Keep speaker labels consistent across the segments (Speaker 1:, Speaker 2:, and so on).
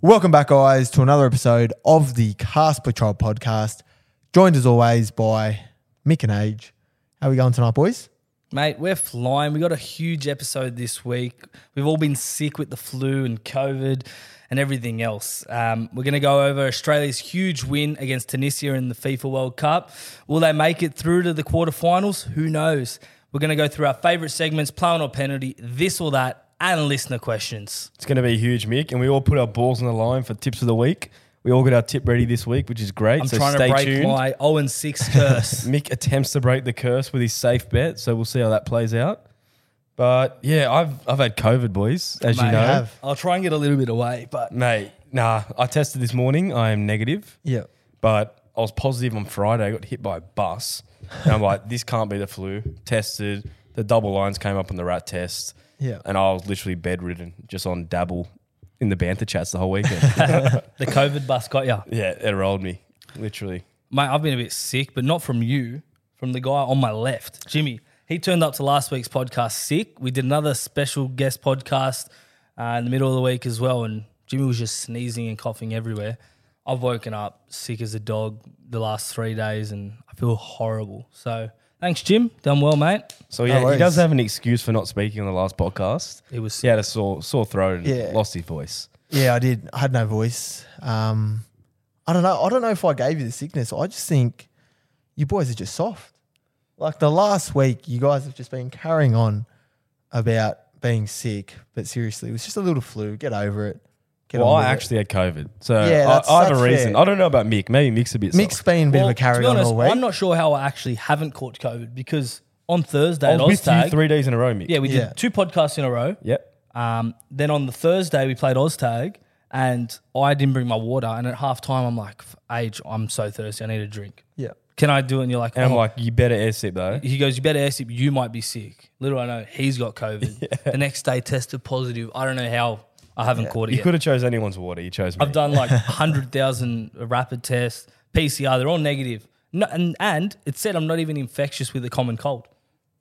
Speaker 1: Welcome back, guys, to another episode of the Cast Patrol podcast. Joined as always by Mick and Age. How we going tonight, boys?
Speaker 2: Mate, we're flying. We got a huge episode this week. We've all been sick with the flu and COVID and everything else. Um, we're going to go over Australia's huge win against Tunisia in the FIFA World Cup. Will they make it through to the quarterfinals? Who knows? We're going to go through our favourite segments, plan or penalty, this or that, and listener questions.
Speaker 3: It's going to be huge, Mick, and we all put our balls on the line for tips of the week. We all got our tip ready this week, which is great.
Speaker 2: I'm
Speaker 3: so
Speaker 2: trying
Speaker 3: stay
Speaker 2: to break
Speaker 3: tuned.
Speaker 2: my 0 and 6 curse.
Speaker 3: Mick attempts to break the curse with his safe bet, so we'll see how that plays out. But yeah, I've I've had COVID, boys, as
Speaker 2: Mate,
Speaker 3: you know,
Speaker 1: have.
Speaker 2: I'll try and get a little bit away, but
Speaker 3: mate. Nah, I tested this morning. I am negative,
Speaker 1: Yeah.
Speaker 3: but I was positive on Friday. I got hit by a bus, and I'm like, this can't be the flu. Tested. The double lines came up on the rat test.
Speaker 1: Yeah.
Speaker 3: and I was literally bedridden, just on dabble in the banter chats the whole weekend.
Speaker 2: the COVID bus got ya.
Speaker 3: Yeah, it rolled me, literally.
Speaker 2: Mate, I've been a bit sick, but not from you, from the guy on my left, Jimmy. He turned up to last week's podcast sick. We did another special guest podcast uh, in the middle of the week as well, and Jimmy was just sneezing and coughing everywhere. I've woken up sick as a dog the last three days, and I feel horrible. So thanks, Jim. Done well, mate.
Speaker 3: So yeah, he
Speaker 1: worries.
Speaker 3: does have an excuse for not speaking on the last podcast.
Speaker 2: It was
Speaker 3: He had a sore sore throat and
Speaker 1: Yeah.
Speaker 3: lost his voice.
Speaker 1: Yeah, I did. I had no voice. Um, I don't know. I don't know if I gave you the sickness. I just think you boys are just soft. Like the last week, you guys have just been carrying on about being sick, but seriously, it was just a little flu. Get over it. Get
Speaker 3: Well,
Speaker 1: on
Speaker 3: I
Speaker 1: with it.
Speaker 3: actually had COVID, so
Speaker 1: Yeah, that's-
Speaker 3: I, I have
Speaker 1: that's
Speaker 3: a reason.
Speaker 1: fair.
Speaker 3: I don't know about Mick. Maybe Mick's a bit.
Speaker 1: Mick's
Speaker 3: soft.
Speaker 1: been a bit of a
Speaker 2: to
Speaker 1: carry
Speaker 2: be
Speaker 1: on
Speaker 2: honest,
Speaker 1: all week.
Speaker 2: I'm not sure how I actually haven't caught COVID because on Thursday
Speaker 3: I
Speaker 2: at
Speaker 1: Oh,
Speaker 3: was with you
Speaker 2: Oztag,
Speaker 3: three days in a row, Mick.
Speaker 2: yeah, we did
Speaker 1: Yeah.
Speaker 2: two podcasts in a row.
Speaker 3: Yep.
Speaker 2: Um, then on the Thursday we played Oztag, and I didn't bring my water. And at half time I'm like, "Age, I'm so thirsty. I need a drink.
Speaker 1: yeah.
Speaker 2: Can I do it?" And you're like,
Speaker 3: And I'm
Speaker 2: "Oh."
Speaker 3: like, you better air sip though.
Speaker 2: He goes, "You better ask him. You might be sick." Little I know, he's got COVID. The next day tested positive. I don't know how I haven't caught it
Speaker 3: You
Speaker 2: yet.
Speaker 3: could have chose anyone's water. You chose me.
Speaker 2: I've done like hundred thousand rapid tests, PCR. They're all negative. No, and and it said I'm not even infectious with a common cold.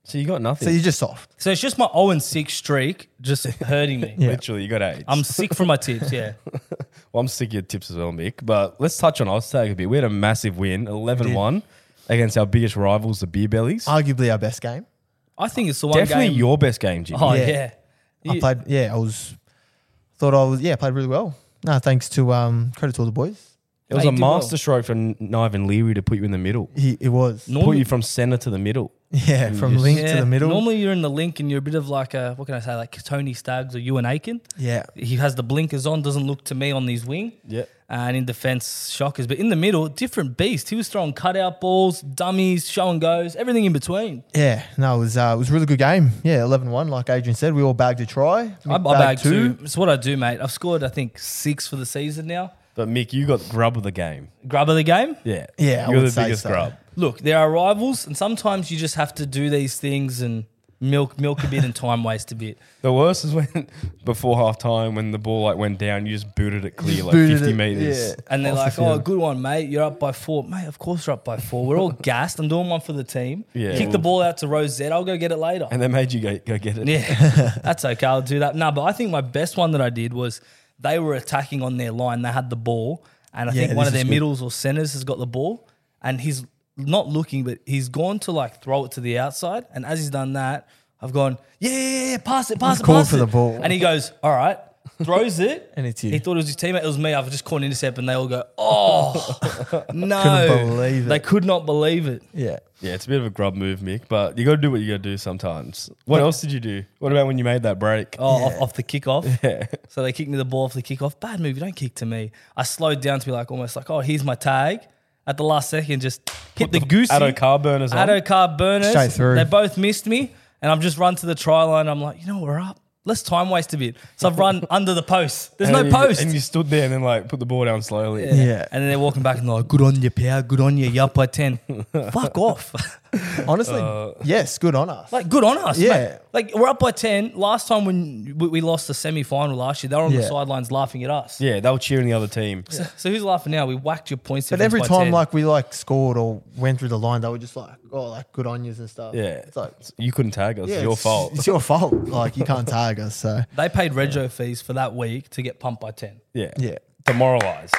Speaker 3: so you got nothing.
Speaker 1: So you're just soft.
Speaker 2: So it's just my 0 and 6 streak just hurting me.
Speaker 3: literally, you got AIDS.
Speaker 2: I'm sick from my tips. Yeah.
Speaker 3: Well, I'm sick of your tips as well, Mick. But let's touch on Oztag a bit. We had a massive win, 11-1, against our biggest rivals, the Beer Bellies.
Speaker 1: Arguably our best game.
Speaker 2: I think it's the one
Speaker 3: Definitely
Speaker 2: game.
Speaker 3: your best game, Jimmy.
Speaker 2: Oh
Speaker 1: Yeah.
Speaker 2: yeah.
Speaker 1: I
Speaker 2: You-
Speaker 1: played. Yeah, I was. Thought I was. Yeah, played really well. No, thanks to um, credit to all the boys.
Speaker 3: It was
Speaker 2: Hey,
Speaker 3: a
Speaker 2: you did well.
Speaker 3: master stroke for Niven Leary to put you in the middle.
Speaker 1: He, it was.
Speaker 3: Put you
Speaker 2: Normally,
Speaker 3: from centre to the middle.
Speaker 1: yeah, from
Speaker 3: just-
Speaker 1: link
Speaker 2: yeah,
Speaker 1: to the middle.
Speaker 2: Normally you're in the link and you're a bit of like a what can I say like Tony Staggs or Ewan Aiken.
Speaker 1: yeah,
Speaker 2: He has the blinkers on, doesn't look to me on his wing.
Speaker 3: Yeah.
Speaker 2: And in defense, shockers. But in the middle, different beast. He was throwing cutout balls, dummies, show and goes, everything in between.
Speaker 1: yeah. No, it was. Uh, it was a really good game. Yeah, 11-1, Like Adrian said, we all bagged a try.
Speaker 2: I, I
Speaker 1: Mick
Speaker 2: bag two. It's what I do, mate. I've scored, I think, six for the season now.
Speaker 3: But Mick, you got the grub of the game.
Speaker 2: Grub of the game.
Speaker 3: Yeah.
Speaker 1: Yeah, I
Speaker 3: You're
Speaker 1: would
Speaker 3: the
Speaker 1: say
Speaker 3: biggest
Speaker 1: so.
Speaker 3: grub.
Speaker 2: Look, there are rivals, and sometimes you just have to do these things and milk milk a bit and time waste a bit.
Speaker 3: The worst is when before half time when the ball like went down, you just booted it clear like
Speaker 1: booted
Speaker 3: fifty
Speaker 1: it,
Speaker 3: meters.
Speaker 1: yeah.
Speaker 2: And they're
Speaker 1: Off
Speaker 2: like,
Speaker 1: the
Speaker 2: oh,
Speaker 1: field.
Speaker 2: good one, mate. You're up by four. Mate, of course you're up by four. We're all gassed. I'm doing one for the team.
Speaker 3: Yeah.
Speaker 2: Kick the ball out to Rosette. I'll go get it later.
Speaker 3: And they made you go, go get it.
Speaker 2: yeah, that's okay. I'll do that. No, but I think my best one that I did was they were attacking on their line. They had the ball. And I
Speaker 1: Yeah,
Speaker 2: think one
Speaker 1: this
Speaker 2: of their
Speaker 1: is good.
Speaker 2: middles or centers has got the ball. And he's not looking, but he's gone to like throw it to the outside. And as he's done that, I've gone, yeah, yeah, yeah, yeah, pass it, pass it,
Speaker 1: called
Speaker 2: pass
Speaker 1: for
Speaker 2: it.
Speaker 1: the ball.
Speaker 2: And he goes, all right. Throws it
Speaker 1: And it's you.
Speaker 2: He thought it was his teammate. It was me. I've just caught an intercept, and they all go, "Oh no!"
Speaker 1: Couldn't believe it.
Speaker 2: They could not believe it.
Speaker 1: Yeah.
Speaker 3: Yeah, it's a bit of a grub move, Mick, but you got to do what you got to do sometimes. What else did you do? What about when you made that break?
Speaker 2: Oh, off, off the kickoff. So they kicked me the ball off the kickoff. Bad move. You don't kick to me. I slowed down to be like almost like, oh, here's my tag. At the last second, just hit the, goosey.
Speaker 3: Addo car burners on.
Speaker 2: Addo car burners.
Speaker 1: Straight through.
Speaker 2: They both missed me, and I've just run to the try line. I'm like, you know, what, we're up. Let's time waste a bit. So I've run under the post. There's
Speaker 3: And
Speaker 2: no
Speaker 3: you-
Speaker 2: post.
Speaker 3: And you stood there and then like put the ball down slowly.
Speaker 1: Yeah. Yeah.
Speaker 2: And then they're walking back and they're like, good on you, Power. Good on you. You're up by 10. Fuck off.
Speaker 1: Honestly, yes, good on us.
Speaker 2: uh, Like, good on us.
Speaker 1: Yeah.
Speaker 2: mate. Like, we're up by 10. Last time when we we lost the semi final last year, they were on the
Speaker 1: Yeah.
Speaker 2: sidelines laughing at us.
Speaker 3: Yeah, they were cheering the other team.
Speaker 2: So who's laughing now? We whacked your points.
Speaker 1: but every time, like we like scored or went through the line, they were just like, "Oh, like good on yous and stuff."
Speaker 3: Yeah.
Speaker 1: it's like,
Speaker 3: You couldn't tag us.
Speaker 1: yeah,
Speaker 3: it's your
Speaker 1: it's-
Speaker 3: fault.
Speaker 1: It's your fault. Like you can't tag us. So
Speaker 2: they paid Rego fees for that week to get pumped by ten.
Speaker 3: Yeah.
Speaker 1: yeah,
Speaker 3: demoralized.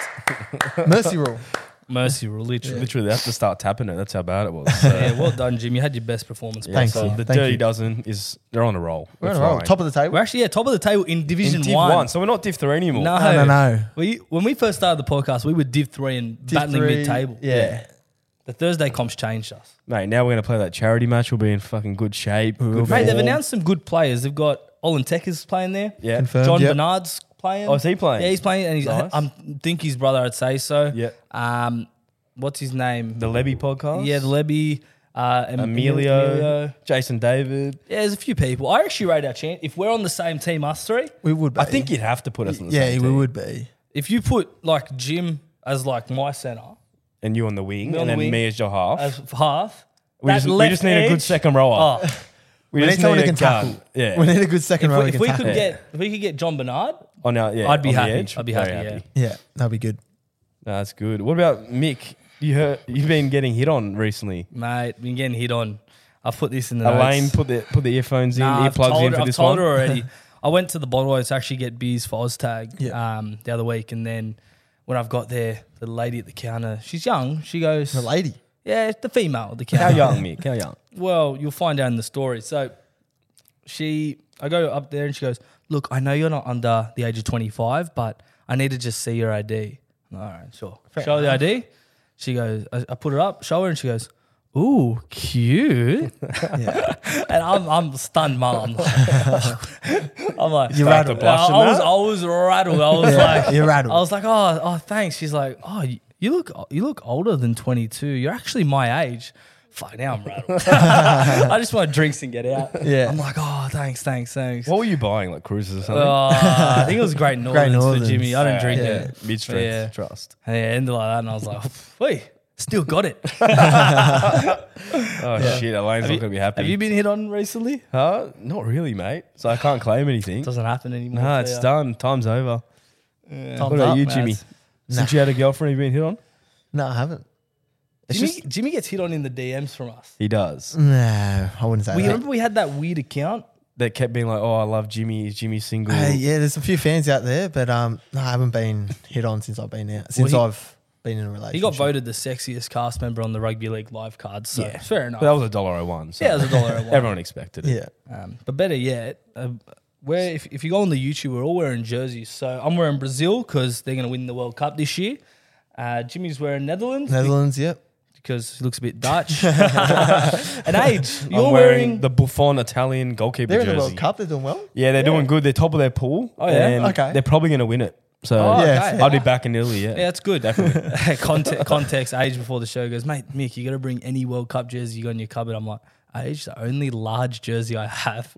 Speaker 1: Mercy rule.
Speaker 2: Mercy rule, literally.
Speaker 3: Literally, they have to start tapping it. That's how bad it was. So,
Speaker 2: Yeah, well done, Jim. You had your best performance.
Speaker 3: yeah,
Speaker 1: Thanks,
Speaker 3: so
Speaker 1: yeah.
Speaker 3: the
Speaker 1: Thank
Speaker 3: dirty
Speaker 1: you.
Speaker 3: dozen is they're on a roll.
Speaker 1: We're on a roll. Top of the
Speaker 2: We're
Speaker 1: table.
Speaker 2: actually yeah, top of the table in Division
Speaker 3: div
Speaker 2: One.
Speaker 3: one. so we're not div three anymore.
Speaker 2: No,
Speaker 1: No, no, no.
Speaker 2: We when we first started the podcast, we were Div three and
Speaker 1: Div
Speaker 2: battling
Speaker 1: three,
Speaker 2: mid table.
Speaker 1: Yeah.
Speaker 2: the Thursday comps changed us.
Speaker 3: mate. Now we're gonna play that charity match. We'll be in fucking good shape. Good
Speaker 2: Mate, they've
Speaker 3: form.
Speaker 2: announced some good players. They've got Olin is playing there.
Speaker 3: Yeah,
Speaker 1: Confirmed.
Speaker 2: John
Speaker 1: yep.
Speaker 2: Bernard's playing.
Speaker 3: Oh, is he playing?
Speaker 2: Yeah, he's playing, and he's,
Speaker 3: Nice.
Speaker 2: I think his brother. I'd say so.
Speaker 3: Yeah.
Speaker 2: Um, what's his name?
Speaker 3: the Levy podcast.
Speaker 2: yeah, the Lebby, uh, Em-
Speaker 3: Emilio, Jason David.
Speaker 2: Yeah, there's a few people. I actually rate our chance. If we're on the same team, us three,
Speaker 1: We would be.
Speaker 3: I think you'd have to put us in the
Speaker 1: Yeah,
Speaker 3: same
Speaker 1: we
Speaker 3: team.
Speaker 1: would be.
Speaker 2: if you put like Jim as like my center,
Speaker 3: and you on the wing,
Speaker 2: Me on
Speaker 3: and
Speaker 2: the
Speaker 3: then
Speaker 2: wing.
Speaker 3: me as your half.
Speaker 2: as half,
Speaker 3: we,
Speaker 2: that
Speaker 3: just, we
Speaker 2: left
Speaker 3: just need a good
Speaker 2: edge-
Speaker 3: second rower.
Speaker 2: Oh,
Speaker 1: We need someone who
Speaker 3: a
Speaker 1: can
Speaker 3: guard.
Speaker 1: tackle.
Speaker 3: Yeah.
Speaker 1: We need a good second row.
Speaker 2: if we, if we could
Speaker 1: tackle.
Speaker 2: get if we could get John Bernard,
Speaker 3: on our, Oh, yeah,
Speaker 2: I'd be
Speaker 3: on the
Speaker 2: happy.
Speaker 3: edge.
Speaker 2: I'd be
Speaker 3: Very
Speaker 2: happy, yeah.
Speaker 1: Yeah, that'd be good.
Speaker 3: No, that's good. What about Mick? You heard, you've been getting hit on recently.
Speaker 2: mate, been getting hit on. I've put this in the
Speaker 3: Elaine
Speaker 2: notes.
Speaker 3: put the put the earphones in,
Speaker 2: Nah, I've
Speaker 3: earplugs
Speaker 2: told
Speaker 3: in
Speaker 2: her-
Speaker 3: for
Speaker 2: I've
Speaker 3: this
Speaker 2: told
Speaker 3: one.
Speaker 2: her already. I went to the bottle to actually get beers for Oztag
Speaker 1: Yeah.
Speaker 2: um, the other week, and then when I've got there, the lady at the counter, she's young. She goes,
Speaker 1: The lady.
Speaker 2: "Yeah, it's the female at the
Speaker 3: How
Speaker 2: counter."
Speaker 3: young, Mick? How young?
Speaker 2: Well, you'll find out in the story. So she, I go up there and she goes, Look, I know you're not under the age of 25, but I need to just see your ID. I'm like, All right, sure. show the ID. She goes, I, I put it up, show her, and she goes, Ooh, cute.
Speaker 1: Yeah.
Speaker 2: and I'm, I'm stunned, mum. I'm like, I'm like
Speaker 1: You're
Speaker 3: Start to
Speaker 1: rattled.
Speaker 2: I,
Speaker 3: blush in
Speaker 2: I was,
Speaker 3: that?
Speaker 2: I was rattled. I was like,
Speaker 1: You're rattled.
Speaker 2: I was like, oh, oh, thanks. She's like, oh, you, you look, you look older than 22. You're actually my age. Fuck, now I'm rattled. I just want drinks and get out.
Speaker 1: Yeah.
Speaker 2: I'm like, oh, thanks, thanks, thanks.
Speaker 3: What were you buying? Like cruises or something?
Speaker 2: Oh, I think it was Great Northern for
Speaker 1: Northerns.
Speaker 2: Jimmy. I didn't
Speaker 3: Yeah,
Speaker 2: drink
Speaker 3: yeah.
Speaker 2: it.
Speaker 3: Mid strength
Speaker 2: Yeah.
Speaker 3: trust.
Speaker 2: And it ended like that, and I was like, wait, still got it.
Speaker 3: Oh shit, Elaine's not gonna be happy.
Speaker 2: Have you been hit on recently?
Speaker 3: huh? Not really, mate. So I can't claim anything.
Speaker 2: Doesn't happen anymore.
Speaker 3: No,
Speaker 2: so
Speaker 3: it's
Speaker 2: yeah.
Speaker 3: done. Time's over.
Speaker 2: Time's
Speaker 3: What about
Speaker 2: up,
Speaker 3: you,
Speaker 2: man.
Speaker 3: Jimmy? Since you had a girlfriend, you've been hit on.
Speaker 1: No, I haven't. It's
Speaker 2: Jimmy,
Speaker 1: just
Speaker 2: Jimmy gets hit on in the DMs from us.
Speaker 3: He does.
Speaker 1: no. I wouldn't say
Speaker 2: We
Speaker 1: that.
Speaker 2: remember we had that weird account.
Speaker 3: That kept being like, "Oh, I love Jimmy. Is Jimmy single?"
Speaker 1: Hey, yeah, there's a few fans out there, but um, no, I haven't been hit on since I've been out. Since
Speaker 2: he-
Speaker 1: I've been in a relationship.
Speaker 2: He got voted the sexiest cast member on the rugby league live card. So
Speaker 3: Yeah.
Speaker 2: fair enough.
Speaker 3: But that was a dollar oh one. So
Speaker 2: yeah, it was a dollar. at one.
Speaker 3: everyone expected it.
Speaker 1: Yeah.
Speaker 2: Um, but better yet, uh, where if, if you go on the YouTube, we're all wearing jerseys. So I'm wearing Brazil because they're going to win the World Cup this year. Uh, Jimmy's wearing Netherlands
Speaker 1: Netherlands. Yep.
Speaker 2: because he looks a bit Dutch. and age, you're wearing.
Speaker 3: I'm wearing the Buffon Italian goalkeeper
Speaker 1: They're in
Speaker 3: jersey.
Speaker 1: the World Cup. They're doing well.
Speaker 3: Yeah, they're doing good. They're top of their pool. Oh
Speaker 2: yeah?
Speaker 1: Okay.
Speaker 3: They're probably going to win it. So
Speaker 2: Oh,
Speaker 1: Yeah,
Speaker 2: okay.
Speaker 3: I'll be back in Italy. Yeah.
Speaker 2: Yeah, that's good. context, context, age before the show goes, mate, Mick, you got to bring any World Cup jersey you got in your cupboard. I'm like, age, the only large jersey I have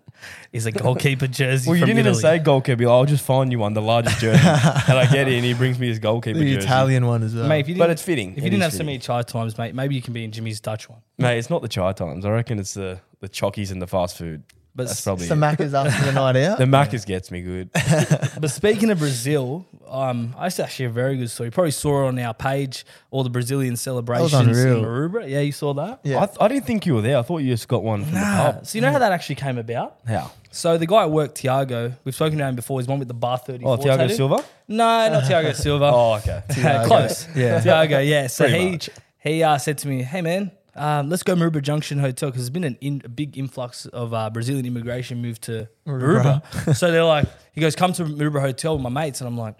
Speaker 2: is a goalkeeper jersey.
Speaker 3: Well, you
Speaker 2: from
Speaker 3: didn't even
Speaker 2: Italy.
Speaker 3: say goalkeeper. You're like, I'll just find you one, the largest jersey, and I get it, and he brings me his goalkeeper
Speaker 1: The
Speaker 3: jersey.
Speaker 1: Italian one as well.
Speaker 2: Mate, if you
Speaker 3: But
Speaker 2: didn't-
Speaker 3: it's fitting.
Speaker 2: If you
Speaker 3: It
Speaker 2: didn't
Speaker 3: is
Speaker 2: have so
Speaker 3: fitting.
Speaker 2: many chai times, mate, maybe you can be in Jimmy's Dutch one.
Speaker 3: Mate, it's not the chai times. I reckon it's the the chockies and the fast food.
Speaker 2: But
Speaker 3: That's
Speaker 2: s-
Speaker 3: probably
Speaker 1: It's the
Speaker 3: it.
Speaker 1: Maccas after the night out.
Speaker 3: the Macca's gets me good.
Speaker 2: But speaking of Brazil, um, that's actually a very good story. You probably saw it on our page, all the Brazilian celebrations
Speaker 1: unreal.
Speaker 2: in Maroubra. Yeah, you saw that?
Speaker 1: Yeah.
Speaker 3: I, I didn't think you were there. I thought you just got one from the
Speaker 2: Ah,
Speaker 3: pub.
Speaker 2: so you know how that actually came about?
Speaker 3: How?
Speaker 2: So the guy at work, Tiago, we've spoken to him before. He's one with the bar 34
Speaker 3: Oh, Thiago
Speaker 2: tattoo.
Speaker 3: Silva.
Speaker 2: No, not Tiago Silva.
Speaker 3: Oh, okay.
Speaker 2: Close.
Speaker 1: Yeah.
Speaker 2: Tiago, yeah. So
Speaker 3: Pretty
Speaker 2: he
Speaker 3: much.
Speaker 2: he uh, said to me, hey, man, um, let's go Maruba Junction Hotel because there's been an in, a big influx of uh, Brazilian immigration moved to
Speaker 1: Maroubra.
Speaker 2: Maruba. so they're like, he goes, come to Maruba Hotel with my mates. And I'm like,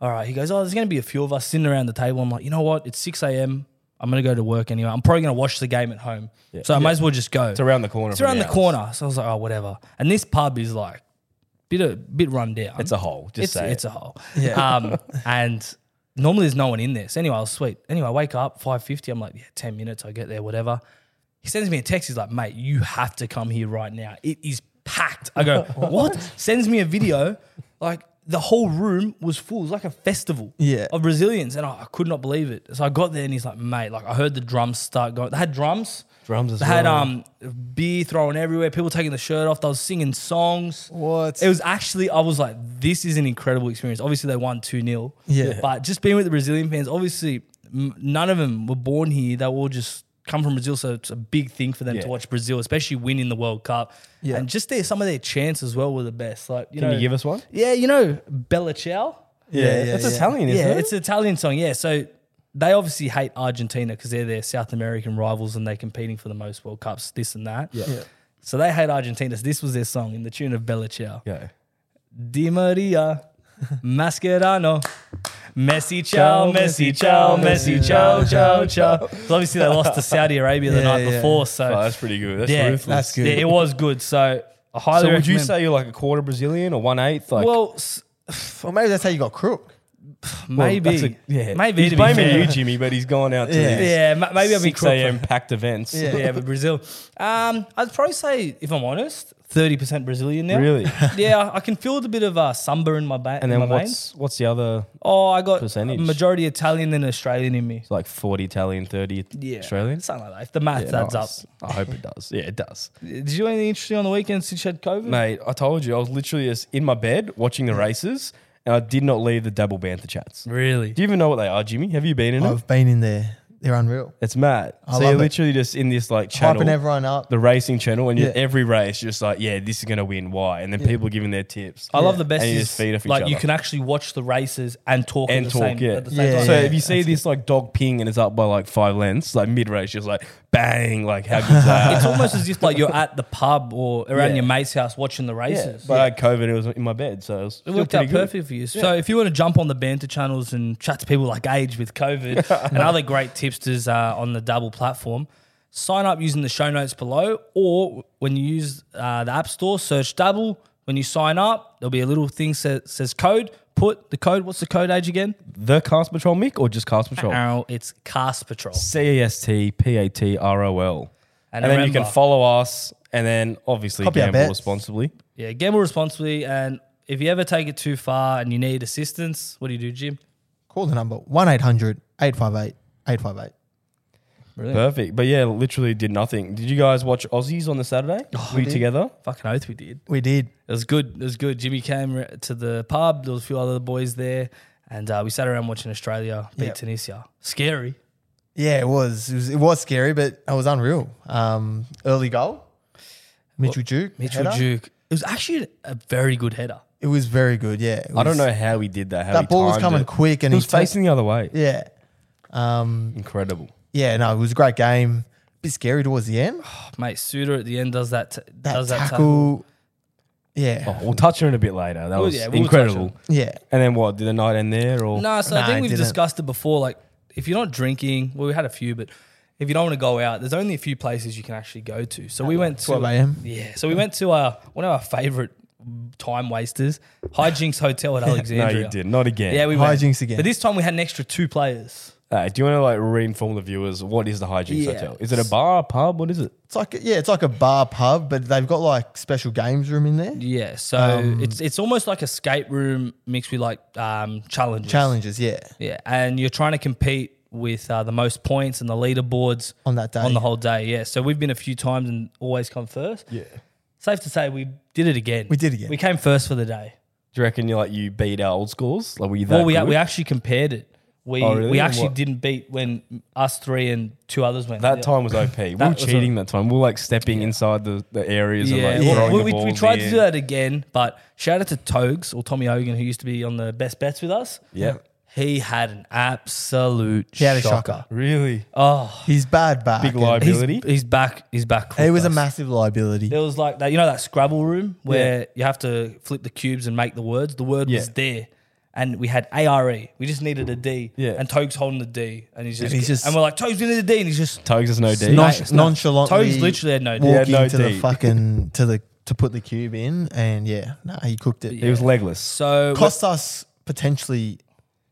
Speaker 2: all right. He goes, oh, there's going to be a few of us sitting around the table. I'm like, you know what? It's 6 a.m. I'm going to go to work anyway. I'm probably going to watch the game at home. So I might as well just go.
Speaker 3: It's around the corner.
Speaker 2: It's
Speaker 3: from
Speaker 2: around the
Speaker 3: ours.
Speaker 2: corner. So I was like, oh, whatever. And this pub is like, bit a bit run down
Speaker 3: It's a hole. Just
Speaker 2: it's,
Speaker 3: say it.
Speaker 2: it's a hole. Um, and normally there's no one in there. So anyway, I was sweet. Anyway, I wake up five fifty. I'm like, yeah, ten minutes. I get there, whatever. He sends me a text. He's like, mate, you have to come here right now. It is packed. I go, what? Sends me a video. Like the whole room was full. It was like a festival
Speaker 1: Yeah.
Speaker 2: of Brazilians, and I, I could not believe it. So I got there, and he's like, mate, like I heard the drums start going. They had drums.
Speaker 3: Drums as
Speaker 2: They had
Speaker 3: well.
Speaker 2: um beer thrown everywhere. People taking the shirt off. They was singing songs.
Speaker 1: What?
Speaker 2: It was actually, I was like, this is an incredible experience. Obviously, they won 2 0.
Speaker 1: Yeah.
Speaker 2: But just being with the Brazilian fans, obviously, m- none of them were born here. They all just come from Brazil. So it's a big thing for them
Speaker 3: Yeah.
Speaker 2: to watch Brazil, especially win in the World Cup.
Speaker 1: Yeah.
Speaker 2: And just their, some of their chants as well were the best. Like, you
Speaker 3: Can
Speaker 2: know,
Speaker 3: you give us one?
Speaker 2: yeah, you know, Bella Ciao.
Speaker 1: Yeah, yeah,
Speaker 3: it's
Speaker 1: yeah.
Speaker 3: Italian, isn't
Speaker 2: yeah,
Speaker 3: it?
Speaker 2: it's an Italian song. Yeah, so they obviously hate Argentina because they're their South American rivals and they're competing for the most World Cups, this and that.
Speaker 3: Yeah. Yeah.
Speaker 2: So they hate Argentina. So this was their song in the tune of Bella Ciao.
Speaker 3: yeah.
Speaker 2: Di Maria, Mascherano. Messi ciao, Messi ciao, Messi ciao, ciao, ciao. So obviously they lost to Saudi Arabia the
Speaker 1: Yeah,
Speaker 2: night
Speaker 1: yeah.
Speaker 2: before, so
Speaker 3: Oh, that's pretty good. That's
Speaker 2: yeah,
Speaker 3: ruthless.
Speaker 1: that's good.
Speaker 2: Yeah, it was good. So I highly
Speaker 3: So would you
Speaker 2: recommend-
Speaker 3: say you're like a quarter Brazilian or one eighth? Like
Speaker 2: Well, s-
Speaker 1: Well, maybe that's how you got crook.
Speaker 3: well,
Speaker 2: maybe,
Speaker 3: that's a- yeah.
Speaker 2: maybe.
Speaker 3: He's
Speaker 2: to be fair.
Speaker 3: blaming you, Jimmy, but he's gone out to
Speaker 1: Yeah.
Speaker 3: these
Speaker 2: Yeah, ma- maybe I've been
Speaker 3: six
Speaker 2: crook
Speaker 3: a.m. packed events.
Speaker 1: Yeah.
Speaker 2: for- Yeah, but Brazil. Um, I'd probably say, if I'm honest, thirty percent Brazilian now.
Speaker 3: Really?
Speaker 2: yeah, I can feel a bit of uh, samba in my ba-
Speaker 3: And
Speaker 2: in
Speaker 3: then
Speaker 2: my
Speaker 3: what's
Speaker 2: veins.
Speaker 3: what's the other?
Speaker 2: Oh, I got
Speaker 3: percentage?
Speaker 2: majority Italian and Australian in me.
Speaker 3: It's like forty Italian, thirty
Speaker 2: Yeah,
Speaker 3: Australian.
Speaker 2: something like that. If the math adds
Speaker 3: nice. I hope it does. Yeah, it does.
Speaker 2: up. Did you do anything interesting on the weekend since you had COVID?
Speaker 3: Mate, I told you I was literally just in my bed watching the races, and I did not leave the double bantha chats.
Speaker 2: Really?
Speaker 3: Do you even know what they are, Jimmy? Have you been in them?
Speaker 1: I've been in there. They're unreal.
Speaker 3: It's mad.
Speaker 1: I
Speaker 3: so
Speaker 1: love
Speaker 3: you're
Speaker 1: it.
Speaker 3: literally just in this like channel,
Speaker 1: Hyping everyone up.
Speaker 3: the racing channel, and
Speaker 1: Yeah.
Speaker 3: you're every race you're just like, yeah, this is gonna win. Why? And then people giving their tips.
Speaker 2: I love the best
Speaker 3: And you
Speaker 2: is
Speaker 3: just feed off each
Speaker 2: like you
Speaker 3: other.
Speaker 2: can actually watch the races and talk
Speaker 3: and
Speaker 2: at the
Speaker 3: talk.
Speaker 2: same,
Speaker 3: yeah.
Speaker 2: at the same
Speaker 1: Yeah,
Speaker 2: time.
Speaker 3: So
Speaker 1: yeah.
Speaker 3: if you see this like dog ping and it's up by like five lengths, like mid race, just like bang, like how good's that?
Speaker 2: It's almost as if like you're at the pub or around
Speaker 3: Yeah.
Speaker 2: your mate's house watching the
Speaker 3: yeah.
Speaker 2: races.
Speaker 3: But I had COVID, it was in my bed, so it was
Speaker 2: It
Speaker 3: still
Speaker 2: worked out
Speaker 3: pretty good.
Speaker 2: perfect for you. So if you want to jump on the banter channels and chat to people like Age with COVID and other great tipsters uh, on the double platform, sign up using the show notes below or when you use uh, the App Store, search double. When you sign up, there'll be a little thing that says code. Put the code. What's the code, Age, again?
Speaker 3: The Cast Patrol mic or just Cast Patrol?
Speaker 2: Arrow, it's Cast Patrol.
Speaker 3: C E S T P A T R O L. And, then you can
Speaker 2: remember-
Speaker 3: follow us and then obviously
Speaker 1: Copy our
Speaker 3: gamble
Speaker 1: bets.
Speaker 3: responsibly.
Speaker 2: Yeah, gamble responsibly. And if you ever take it too far and you need assistance, what do you do, Jim?
Speaker 1: Call the number 1 800 858 858.
Speaker 3: Perfect. But yeah, literally did nothing. Did you guys watch Aussies on the Saturday?
Speaker 1: Oh,
Speaker 3: Were you together?
Speaker 2: Fucking oath we did.
Speaker 1: We did.
Speaker 2: It was good. It was good. Jimmy came r- to the pub. There was a few other boys there, and uh, we sat around watching Australia beat
Speaker 1: Yeah.
Speaker 2: Tunisia. Scary.
Speaker 1: Yeah, it was. It was, it was scary, but it was unreal. Um, early goal. Mitchell Duke.
Speaker 2: Mitchell
Speaker 1: header.
Speaker 2: Duke. It was actually a very good header.
Speaker 1: It was very good. Yeah. It
Speaker 3: I don't
Speaker 1: was-
Speaker 3: know how he did that. How he
Speaker 1: That ball was
Speaker 3: timed
Speaker 1: coming
Speaker 3: it.
Speaker 1: quick and
Speaker 3: He
Speaker 1: he
Speaker 3: was
Speaker 1: took-
Speaker 3: facing the other way.
Speaker 1: Yeah. Um,
Speaker 3: Incredible.
Speaker 1: yeah, no, it was a great game. Bit scary towards the end.
Speaker 2: Oh, mate, Suter at the end does that. T-
Speaker 1: That
Speaker 2: does that tackle.
Speaker 1: tackle. Yeah.
Speaker 3: Oh, we'll touch on it a bit later. That
Speaker 2: Well,
Speaker 3: was
Speaker 2: yeah, we'll touch
Speaker 3: incredible.
Speaker 2: on
Speaker 1: Yeah.
Speaker 3: And then what? Did the night end there or
Speaker 2: No, so
Speaker 1: Nah,
Speaker 2: I think
Speaker 1: it
Speaker 2: we've
Speaker 1: didn't.
Speaker 2: discussed it before. Like, if you're not drinking, well, we had a few, but if you don't want to go out, there's only a few places you can actually go to. So we went to
Speaker 1: 12 a.m.
Speaker 2: Yeah, so we went to our one of our favorite time wasters, Hijinks Hotel at
Speaker 3: No,
Speaker 2: Alexandria.
Speaker 3: you did not again.
Speaker 2: Yeah, we went.
Speaker 1: Hijinks again.
Speaker 2: But this time we had an extra two players.
Speaker 3: Hey, do you want to like re-inform the viewers what is the hijinks
Speaker 2: Yeah.
Speaker 3: hotel? Is it a bar, pub? What is it?
Speaker 1: It's like yeah, it's like a bar pub, but they've got like special games room in there.
Speaker 2: Yeah, so
Speaker 3: Um,
Speaker 2: it's it's almost like escape room mixed with like um, challenges.
Speaker 1: Challenges, yeah.
Speaker 2: Yeah, and you're trying to compete with uh, the most points and the leaderboards
Speaker 1: On that day.
Speaker 2: on the whole day. Yeah, so we've been a few times and always come first.
Speaker 3: Yeah. Do
Speaker 2: Safe to say, we did it again.
Speaker 1: We did again.
Speaker 2: We came first for the day.
Speaker 3: you reckon you like you beat our old scores? Like were you that
Speaker 2: well, we
Speaker 3: good?
Speaker 2: we actually compared it. We
Speaker 3: Oh, really?
Speaker 2: we
Speaker 3: And
Speaker 2: actually
Speaker 3: what-
Speaker 2: didn't beat when us three and two others went.
Speaker 3: that
Speaker 2: Yeah.
Speaker 3: time was OP. we were
Speaker 2: was a-
Speaker 3: cheating that time. We were like stepping inside the, the areas
Speaker 2: Yeah,
Speaker 3: and like throwing
Speaker 2: well,
Speaker 3: the
Speaker 2: we,
Speaker 3: ball
Speaker 2: we
Speaker 3: in
Speaker 2: tried
Speaker 3: the
Speaker 2: to
Speaker 3: air.
Speaker 2: do that again, but shout out to Togs or Tommy Hogan, who used to be on the best bets with us.
Speaker 3: Yeah.
Speaker 2: He had an absolute
Speaker 1: He had a
Speaker 2: shocker.
Speaker 1: shocker.
Speaker 3: Really?
Speaker 2: Oh,
Speaker 1: He's bad back.
Speaker 3: Big
Speaker 1: and
Speaker 3: liability.
Speaker 2: he's,
Speaker 3: Ability?
Speaker 2: he's back. He's back.
Speaker 1: It was a
Speaker 2: with us.
Speaker 1: massive liability.
Speaker 2: There was like that, you know, that Scrabble room where you have to flip the cubes and make the words. The word was
Speaker 3: Yeah.
Speaker 2: there, and we had ARE. We just needed a D.
Speaker 3: Yeah.
Speaker 2: And Togs holding the D, and he's just,
Speaker 1: he's just-
Speaker 2: and we're like, Togs, we need a D, and he's just
Speaker 3: Togs has no D.
Speaker 1: Non-
Speaker 2: Mate, it's not-
Speaker 1: nonchalantly,
Speaker 2: Toes literally had no D.
Speaker 1: walking
Speaker 3: He had no
Speaker 1: to
Speaker 3: D.
Speaker 1: the fucking to the to put the cube in, and yeah, nah, he cooked it.
Speaker 3: He was legless.
Speaker 2: so.
Speaker 1: Cost us potentially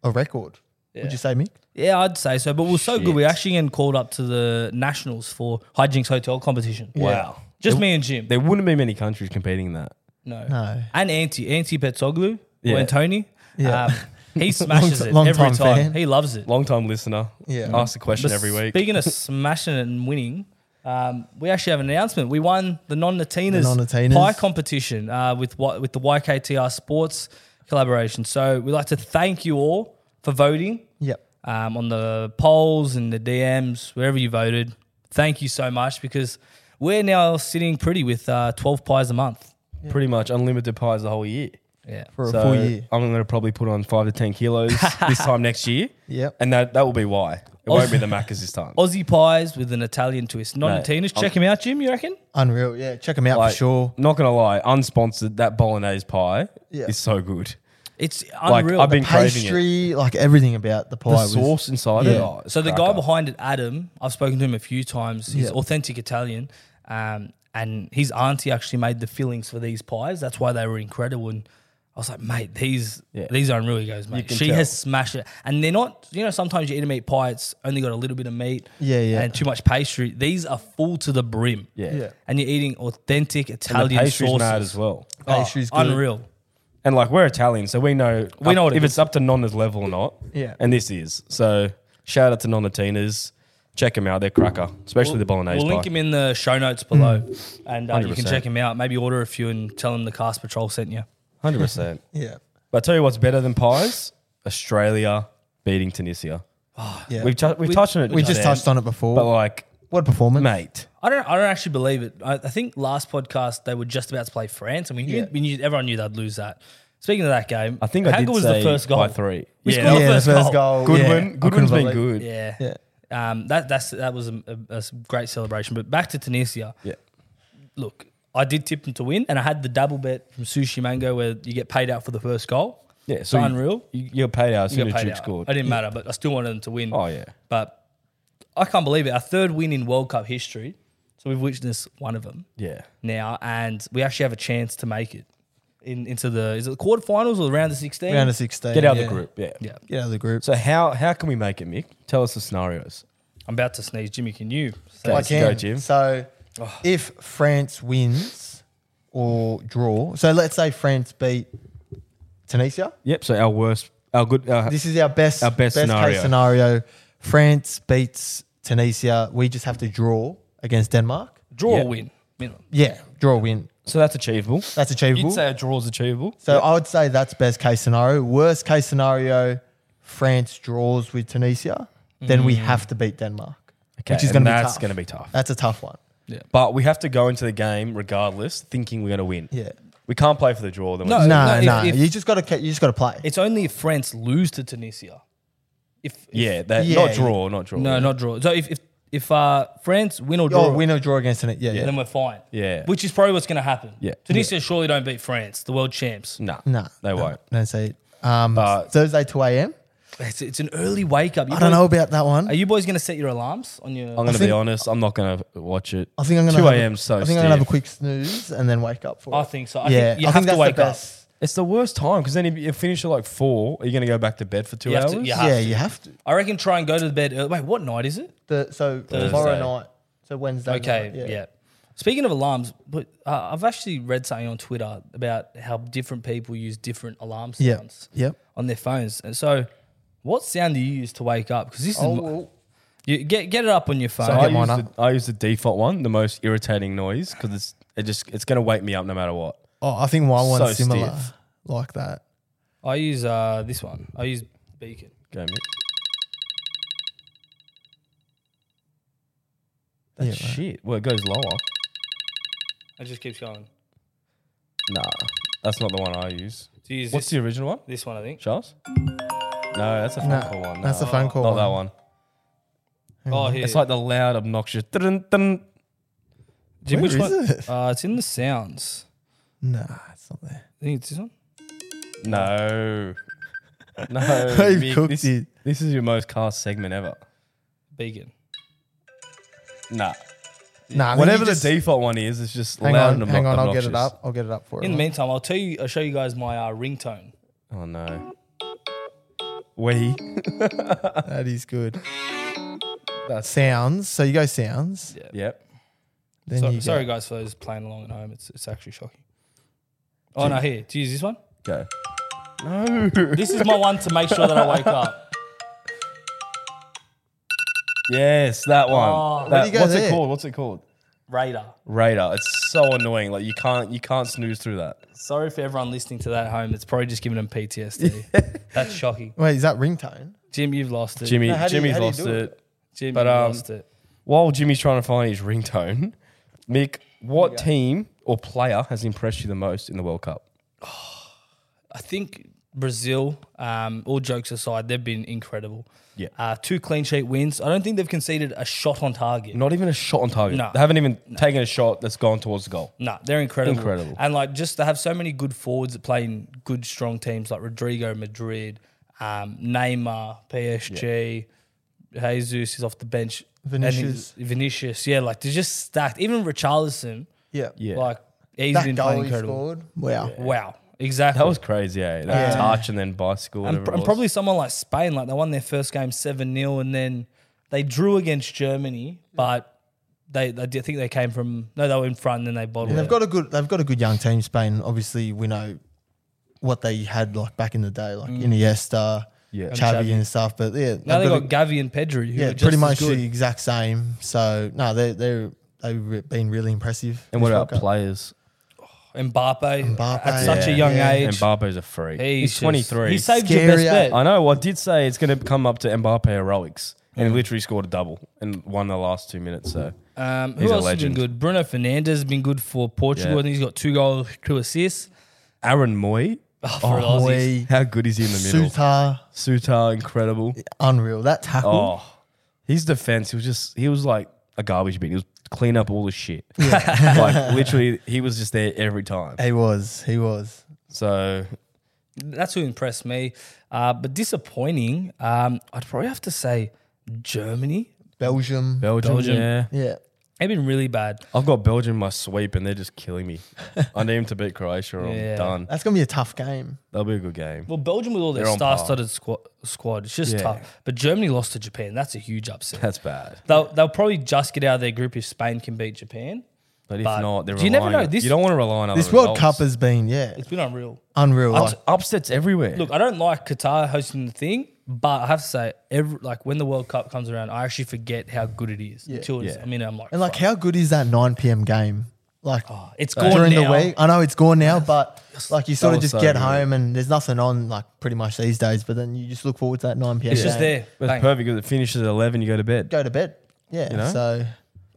Speaker 1: a record. Would you say, Mick?
Speaker 2: Yeah, I'd say so. But we we're so good. We actually getting called up to the nationals for hijinks hotel competition.
Speaker 3: Wow.
Speaker 2: Just me and Jim.
Speaker 3: There wouldn't be many countries competing in that.
Speaker 2: No.
Speaker 1: No.
Speaker 2: And Anti. Anti Petsoglu
Speaker 3: Yeah.
Speaker 2: and Tony.
Speaker 1: Yeah.
Speaker 2: Um, he smashes it
Speaker 1: long
Speaker 2: every time.
Speaker 1: time fan.
Speaker 2: He loves it.
Speaker 3: Long time listener.
Speaker 1: Yeah.
Speaker 3: Ask the question
Speaker 2: But
Speaker 3: every week.
Speaker 2: Speaking of smashing it and winning, um, we actually have an announcement. We won the non-Latinas,
Speaker 1: non-Latinas.
Speaker 2: pie competition uh, with what with the YKTR Sports collaboration. So we'd like to thank you all for voting
Speaker 1: Yep.
Speaker 2: um, on the polls and the DMs, wherever you voted. Thank you so much because we're now sitting pretty with uh, 12 pies a month.
Speaker 3: Pretty much unlimited pies the whole year.
Speaker 2: Yeah.
Speaker 1: for a
Speaker 3: So
Speaker 1: full year.
Speaker 3: I'm going to probably put on five to ten kilos this time next year.
Speaker 1: Yep.
Speaker 3: and that that will be why it won't be the Maccas this time.
Speaker 2: Aussie pies with an Italian twist. Not
Speaker 3: Mate,
Speaker 2: Tina's. Check him out, Jim. You reckon?
Speaker 1: Unreal. Yeah, check them out
Speaker 3: Like,
Speaker 1: for sure.
Speaker 3: Not gonna lie, unsponsored. That bolognese pie
Speaker 1: Yeah.
Speaker 3: is so good.
Speaker 2: It's
Speaker 3: Like,
Speaker 2: unreal.
Speaker 3: I've been craving it.
Speaker 1: Pastry, like everything about the pie.
Speaker 3: The
Speaker 1: was-
Speaker 3: sauce inside it.
Speaker 1: yeah.
Speaker 3: oh, it's
Speaker 2: So the guy
Speaker 3: cracker.
Speaker 2: behind it, Adam, I've spoken to him a few times. He's
Speaker 1: Yeah.
Speaker 2: authentic Italian, um, and his auntie actually made the fillings for these pies. That's why they were incredible. And I was like, mate, these
Speaker 3: Yeah.
Speaker 2: these are unreal. He goes, mate,
Speaker 3: can
Speaker 2: she
Speaker 3: tell.
Speaker 2: has smashed it. And they're not, you know, sometimes you eat a meat pie, it's only got a little bit of meat,
Speaker 1: Yeah, yeah.
Speaker 2: and too much pastry. These are full to the brim,
Speaker 3: Yeah.
Speaker 1: Yeah.
Speaker 2: and you're eating authentic
Speaker 3: And the
Speaker 2: Italian
Speaker 3: pastry's
Speaker 2: sauces.
Speaker 3: mad as well.
Speaker 2: Oh,
Speaker 1: Pastry's good.
Speaker 2: unreal.
Speaker 3: And like we're Italian, so we know
Speaker 2: We
Speaker 3: up-
Speaker 2: know what it
Speaker 3: if
Speaker 2: is.
Speaker 3: it's up to Nonna's level or not.
Speaker 1: Yeah.
Speaker 3: And this is. So shout out to Nonna Tina's. Check them out. They're cracker, especially the bolognese Hmm.
Speaker 2: We'll link
Speaker 3: pie.
Speaker 2: him in the show notes below, and uh, you can
Speaker 3: 100%.
Speaker 2: check him out. Maybe order a few and tell him the cast patrol sent you.
Speaker 3: Hundred percent.
Speaker 1: Yeah.
Speaker 3: But I tell you what's better than pies: Australia beating Tunisia.
Speaker 1: Yeah.
Speaker 3: We've tou- we've
Speaker 2: We-
Speaker 3: touched on it.
Speaker 1: we just touched on it before.
Speaker 3: But like,
Speaker 1: what a performance.
Speaker 3: mate,
Speaker 2: I don't. I don't actually believe it. I, I think last podcast they were just about to play France, and we knew,
Speaker 1: Yeah.
Speaker 2: we knew everyone knew they'd lose that. Speaking of that game,
Speaker 3: I think I
Speaker 2: Hagel was
Speaker 3: did say
Speaker 2: the first goal
Speaker 3: by three.
Speaker 2: We
Speaker 3: yeah,
Speaker 1: Yeah,
Speaker 2: scored the
Speaker 1: the
Speaker 2: first,
Speaker 1: first
Speaker 2: goal.
Speaker 1: goal.
Speaker 3: Goodwin.
Speaker 1: Yeah. I couldn't
Speaker 3: Goodwin's been
Speaker 1: believe
Speaker 3: good.
Speaker 2: Yeah. Um, that that's that was a, a- a s- great celebration. But back to Tunisia.
Speaker 3: Yeah.
Speaker 2: Look, I did tip them to win, and I had the double bet from Sushi Mango where you get paid out for the first goal.
Speaker 3: Yeah,
Speaker 2: so
Speaker 3: so you-
Speaker 2: unreal.
Speaker 3: You, you're paid out
Speaker 2: You
Speaker 3: as soon
Speaker 2: got
Speaker 3: as
Speaker 2: paid
Speaker 3: Duke
Speaker 2: out.
Speaker 3: scored.
Speaker 2: It didn't matter, but I still wanted them to win.
Speaker 3: Oh, yeah.
Speaker 2: But I can't believe it. Our third win in World Cup history. So we've witnessed one of them.
Speaker 3: Yeah.
Speaker 2: now, and we actually have a chance to make it in, into the is it the quarterfinals or the round of sixteen?
Speaker 1: Round of 16.
Speaker 3: Get out of
Speaker 1: yeah.
Speaker 3: the group. Yeah.
Speaker 2: yeah,
Speaker 1: Get out of the group.
Speaker 3: So how how can we make it, Mick? Tell us the scenarios.
Speaker 2: I'm about to sneeze. Jimmy, can you? say-
Speaker 1: I
Speaker 3: Let's go,
Speaker 1: can.
Speaker 3: Jim. Oh.
Speaker 1: So if France wins or draw, so let's say France beat Tunisia.
Speaker 3: Yep. So our worst, our good, uh, our,
Speaker 1: This is our best,
Speaker 3: Our best
Speaker 1: case
Speaker 3: scenario.
Speaker 1: scenario. France beats Tunisia. We just have to draw against Denmark.
Speaker 2: Draw
Speaker 3: Yeah.
Speaker 2: or win minimum.
Speaker 1: Yeah, draw win.
Speaker 3: so that's achievable.
Speaker 1: That's achievable.
Speaker 3: You'd say a draw is achievable.
Speaker 1: so I would say that's best case scenario. Worst case scenario, France draws with Tunisia. Then we have to beat Denmark, which is
Speaker 3: Hmm.
Speaker 1: going
Speaker 3: and
Speaker 1: to be
Speaker 3: that's
Speaker 1: tough. Uh,
Speaker 3: gonna be tough.
Speaker 1: That's a tough one.
Speaker 3: But we have to go into the game regardless, thinking we're going to win.
Speaker 1: Yeah.
Speaker 3: We can't play for the draw. Then
Speaker 2: No.
Speaker 3: we're-
Speaker 1: No,
Speaker 2: Oh, no,
Speaker 1: no,
Speaker 2: if- if-
Speaker 1: you just got to you just got to play.
Speaker 2: It's only if France lose to Tunisia. If, if-
Speaker 3: yeah, that,
Speaker 1: Yeah.
Speaker 3: not draw, not draw.
Speaker 2: no, not draw. So if if, if uh, France win or draw,
Speaker 1: Oh, win or draw against it. Yeah, yeah.
Speaker 2: then we're fine.
Speaker 3: Yeah.
Speaker 2: which is probably what's going to happen.
Speaker 3: Yeah.
Speaker 2: Tunisia surely don't beat France, the world champs.
Speaker 3: Nah,
Speaker 1: Nah,
Speaker 3: they
Speaker 1: nah,
Speaker 3: won't.
Speaker 1: Don't say it. Um,
Speaker 3: But-
Speaker 1: Thursday two a.m.
Speaker 2: It's, it's an early wake up. You
Speaker 1: I don't
Speaker 2: boys-
Speaker 1: know about that one.
Speaker 2: Are you boys going to set your alarms on your?
Speaker 3: I'm going to be
Speaker 1: think-
Speaker 3: honest. I'm not going to watch it.
Speaker 1: I think I'm gonna
Speaker 3: two
Speaker 1: have a-
Speaker 3: a.m. So
Speaker 1: I think I'm gonna have a
Speaker 3: stiff.
Speaker 1: quick snooze and then wake up for.
Speaker 2: I
Speaker 1: it.
Speaker 2: think so. I think you have to
Speaker 1: that's the
Speaker 2: wake up.
Speaker 1: best.
Speaker 3: It's the worst time because then if you finish at like four, are you going to go back to bed for two
Speaker 2: You have
Speaker 3: hours?
Speaker 2: to- yeah.
Speaker 1: yeah,
Speaker 2: to.
Speaker 1: you have to.
Speaker 2: I reckon try and go to bed. Early. Wait, what night is it?
Speaker 1: The, so tomorrow night. So Wednesday.
Speaker 2: Okay,
Speaker 1: night,
Speaker 2: yeah. Speaking of alarms, but uh, I've actually read something on Twitter about how different people use different alarm
Speaker 1: Yeah.
Speaker 2: sounds
Speaker 1: Yep.
Speaker 2: on their phones. And so, what sound do you use to wake up? Because this is
Speaker 1: Oh,
Speaker 2: my-
Speaker 1: well,
Speaker 2: you, get get it up on your phone.
Speaker 3: So I,
Speaker 1: get
Speaker 3: use
Speaker 1: mine
Speaker 3: the,
Speaker 1: up.
Speaker 3: I use the default one, the most irritating noise, because it's it just it's going to wake me up no matter what.
Speaker 1: oh, I think my one's
Speaker 3: So
Speaker 1: similar
Speaker 3: stiff.
Speaker 1: like that.
Speaker 2: I use uh, this one. I use Beacon.
Speaker 3: Go Mick.
Speaker 1: Yeah,
Speaker 3: That's
Speaker 1: right.
Speaker 3: shit. Well, it goes lower.
Speaker 2: It just keeps going.
Speaker 3: Nah, that's not the one I use.
Speaker 2: Do you use
Speaker 3: What's
Speaker 2: this,
Speaker 3: the original one,
Speaker 2: this one? I think.
Speaker 3: Charles? No, that's a phone
Speaker 1: No,
Speaker 3: call one.
Speaker 1: that's
Speaker 3: No,
Speaker 1: a phone call.
Speaker 3: Not
Speaker 1: one.
Speaker 3: that one.
Speaker 2: Oh, here.
Speaker 3: It's like the loud, obnoxious. Dun, dun.
Speaker 2: Jim,
Speaker 1: Where
Speaker 2: which
Speaker 1: is
Speaker 2: one?
Speaker 1: it?
Speaker 2: Uh, it's in the sounds.
Speaker 1: Nah, it's not there.
Speaker 2: I think it's this one.
Speaker 3: No, no.
Speaker 1: They've
Speaker 3: Mick,
Speaker 1: cooked
Speaker 3: this,
Speaker 1: it.
Speaker 3: this is your most cast segment ever.
Speaker 2: Beacon.
Speaker 3: Nah.
Speaker 1: Nah, I think
Speaker 3: Whatever
Speaker 1: you
Speaker 3: the
Speaker 1: just-
Speaker 3: default one is, it's just
Speaker 1: Hang
Speaker 3: loud
Speaker 1: on,
Speaker 3: and obno-
Speaker 1: hang on. I'll
Speaker 3: obnoxious.
Speaker 1: get it up. I'll get it up for
Speaker 2: In the
Speaker 1: you.
Speaker 2: meantime, I'll tell you. I'll show you guys my uh, ringtone.
Speaker 3: Oh no. We.
Speaker 1: That is good.
Speaker 3: That's
Speaker 1: Sounds. So you go sounds.
Speaker 3: yep.
Speaker 1: Then
Speaker 2: So,
Speaker 1: you go.
Speaker 2: sorry, guys, for those playing along at home. It's, it's actually shocking. Oh, no, here. Do you use this one?
Speaker 3: Go. No.
Speaker 2: This is my one to make sure that I wake up.
Speaker 3: Yes, that one.
Speaker 2: Oh.
Speaker 3: That-
Speaker 1: Where do you go
Speaker 3: what's
Speaker 1: there?
Speaker 3: it called? What's it called?
Speaker 2: Radar.
Speaker 3: Radar. It's so annoying. Like you can't you can't snooze through that.
Speaker 2: Sorry for everyone listening to that at home. It's probably just giving them PTSD. That's shocking.
Speaker 1: Wait, is that ringtone?
Speaker 2: Jim, you've lost it.
Speaker 3: Jimmy
Speaker 1: No, how do you-
Speaker 3: Jimmy's
Speaker 1: how do you
Speaker 3: lost
Speaker 1: do
Speaker 3: it.
Speaker 1: it?
Speaker 2: Jim,
Speaker 3: but,
Speaker 2: you've
Speaker 3: um,
Speaker 2: lost it.
Speaker 3: While Jimmy's trying to find his ringtone, Mick, what team or player has impressed you the most in the World Cup?
Speaker 2: I think Brazil, um, all jokes aside, they've been incredible.
Speaker 3: Yeah.
Speaker 2: Uh, two clean sheet wins. I don't think they've conceded a shot on target.
Speaker 3: Not even a shot on target.
Speaker 2: No.
Speaker 3: They haven't even taken a shot that's gone towards the goal.
Speaker 2: No, they're incredible.
Speaker 3: Incredible.
Speaker 2: And like just they have so many good forwards that play in good strong teams like Rodrigo, Madrid, um, Neymar, PSG, Jesus is off the bench. and
Speaker 1: Vinicius.
Speaker 2: he's- Vinicius, yeah, like they're just stacked. Even Richarlison,
Speaker 1: Yeah.
Speaker 3: Yeah.
Speaker 2: like he's
Speaker 1: That
Speaker 2: been
Speaker 1: goal
Speaker 2: playing
Speaker 1: he
Speaker 2: incredible.
Speaker 1: scored. Wow.
Speaker 2: Wow. Exactly.
Speaker 3: That was crazy, eh? That
Speaker 1: Yeah.
Speaker 3: touch and then bicycle.
Speaker 2: and,
Speaker 3: And,
Speaker 2: pr- and probably someone like Spain, like they won their first game 7 0, and then they drew against Germany, but they, they did- I think they came from, no, they were in front and then they bottled
Speaker 1: And
Speaker 2: it.
Speaker 1: they've got a good they've got a good young team. Spain, obviously, we know what they had like back in the day, like Iniesta,
Speaker 3: Yeah. And
Speaker 1: Xavi,
Speaker 2: Mm. Xavi.
Speaker 1: and stuff. But yeah, they've
Speaker 2: now they've
Speaker 1: got
Speaker 2: got
Speaker 1: a-
Speaker 2: Gavi and Pedri, who
Speaker 1: yeah,
Speaker 2: are just
Speaker 1: pretty much
Speaker 2: as good.
Speaker 1: the exact same. So no, they they they've re- been really impressive.
Speaker 3: and what
Speaker 1: this
Speaker 3: about
Speaker 1: World Cup.
Speaker 3: players?
Speaker 2: Mbappe,
Speaker 1: Mbappe,
Speaker 2: at such a young
Speaker 1: yeah.
Speaker 2: age.
Speaker 3: Mbappe's a freak. He's,
Speaker 2: just-
Speaker 3: 23.
Speaker 2: He saved your
Speaker 1: Scary
Speaker 2: best
Speaker 1: out.
Speaker 2: bet.
Speaker 3: I know. I did say it's going to come up to Mbappe heroics, and he literally scored a double and won the last two minutes. So
Speaker 2: Um, who
Speaker 3: He's a
Speaker 2: else has been
Speaker 3: legend.
Speaker 2: good? Bruno Fernandez has been good for Portugal.
Speaker 3: Yeah.
Speaker 2: I think he's got two goals, two assists.
Speaker 3: Aaron Moy,
Speaker 2: for
Speaker 1: Oh,
Speaker 2: Aussies.
Speaker 1: Moy,
Speaker 3: how good is he in the middle?
Speaker 1: Sutar,
Speaker 3: Sutar, incredible.
Speaker 1: unreal. That tackle.
Speaker 3: Oh, his defense, he was just, he was like a garbage bin. He was clean up all the shit. like literally, he was just there every time.
Speaker 1: He was. He was.
Speaker 3: So
Speaker 2: That's who impressed me. Uh, but disappointing, um, I'd probably have to say Germany.
Speaker 1: Belgium.
Speaker 3: Belgium,
Speaker 2: Belgium.
Speaker 3: yeah.
Speaker 1: yeah.
Speaker 2: They've been really bad.
Speaker 3: I've got Belgium in my sweep, and they're just killing me. I need him to beat Croatia, or
Speaker 2: Yeah.
Speaker 3: I'm done.
Speaker 1: That's gonna be a tough game.
Speaker 3: That'll be a good game.
Speaker 2: Well, Belgium with all their
Speaker 3: They're on par.
Speaker 2: star-studded squad, squad, it's just
Speaker 3: Yeah.
Speaker 2: tough. But Germany lost to Japan. That's a huge upset.
Speaker 3: That's bad.
Speaker 2: They'll, they'll probably just get out of their group if Spain can beat Japan.
Speaker 3: But if
Speaker 2: But
Speaker 3: not, they're
Speaker 2: you never
Speaker 3: relying.
Speaker 2: know, this-
Speaker 3: you don't want to rely on other
Speaker 1: This World
Speaker 3: results.
Speaker 1: Cup has been yeah
Speaker 2: It's been unreal.
Speaker 1: unreal. Like,
Speaker 3: Ups- upsets everywhere.
Speaker 2: Look, I don't like Qatar hosting the thing, but I have to say, every, like when the World Cup comes around, I actually forget how good it is. Until it's,
Speaker 3: Yeah.
Speaker 2: I mean, I'm like,
Speaker 1: and like
Speaker 2: fuck, Oh,
Speaker 1: how good is that 9 p.m. game? Like
Speaker 3: Oh,
Speaker 2: it's gone
Speaker 1: during
Speaker 2: now.
Speaker 1: the week. I know it's gone now, but like you sort of
Speaker 3: was
Speaker 1: just
Speaker 3: so
Speaker 1: get
Speaker 3: good.
Speaker 1: home and there's nothing on like pretty much these days. But then you just look forward to that 9 p.m.
Speaker 2: It's just
Speaker 1: game.
Speaker 2: there.
Speaker 3: that's
Speaker 2: Bang.
Speaker 3: perfect because it finishes at eleven. You go to bed.
Speaker 1: Go to bed. Yeah.
Speaker 3: know?
Speaker 1: So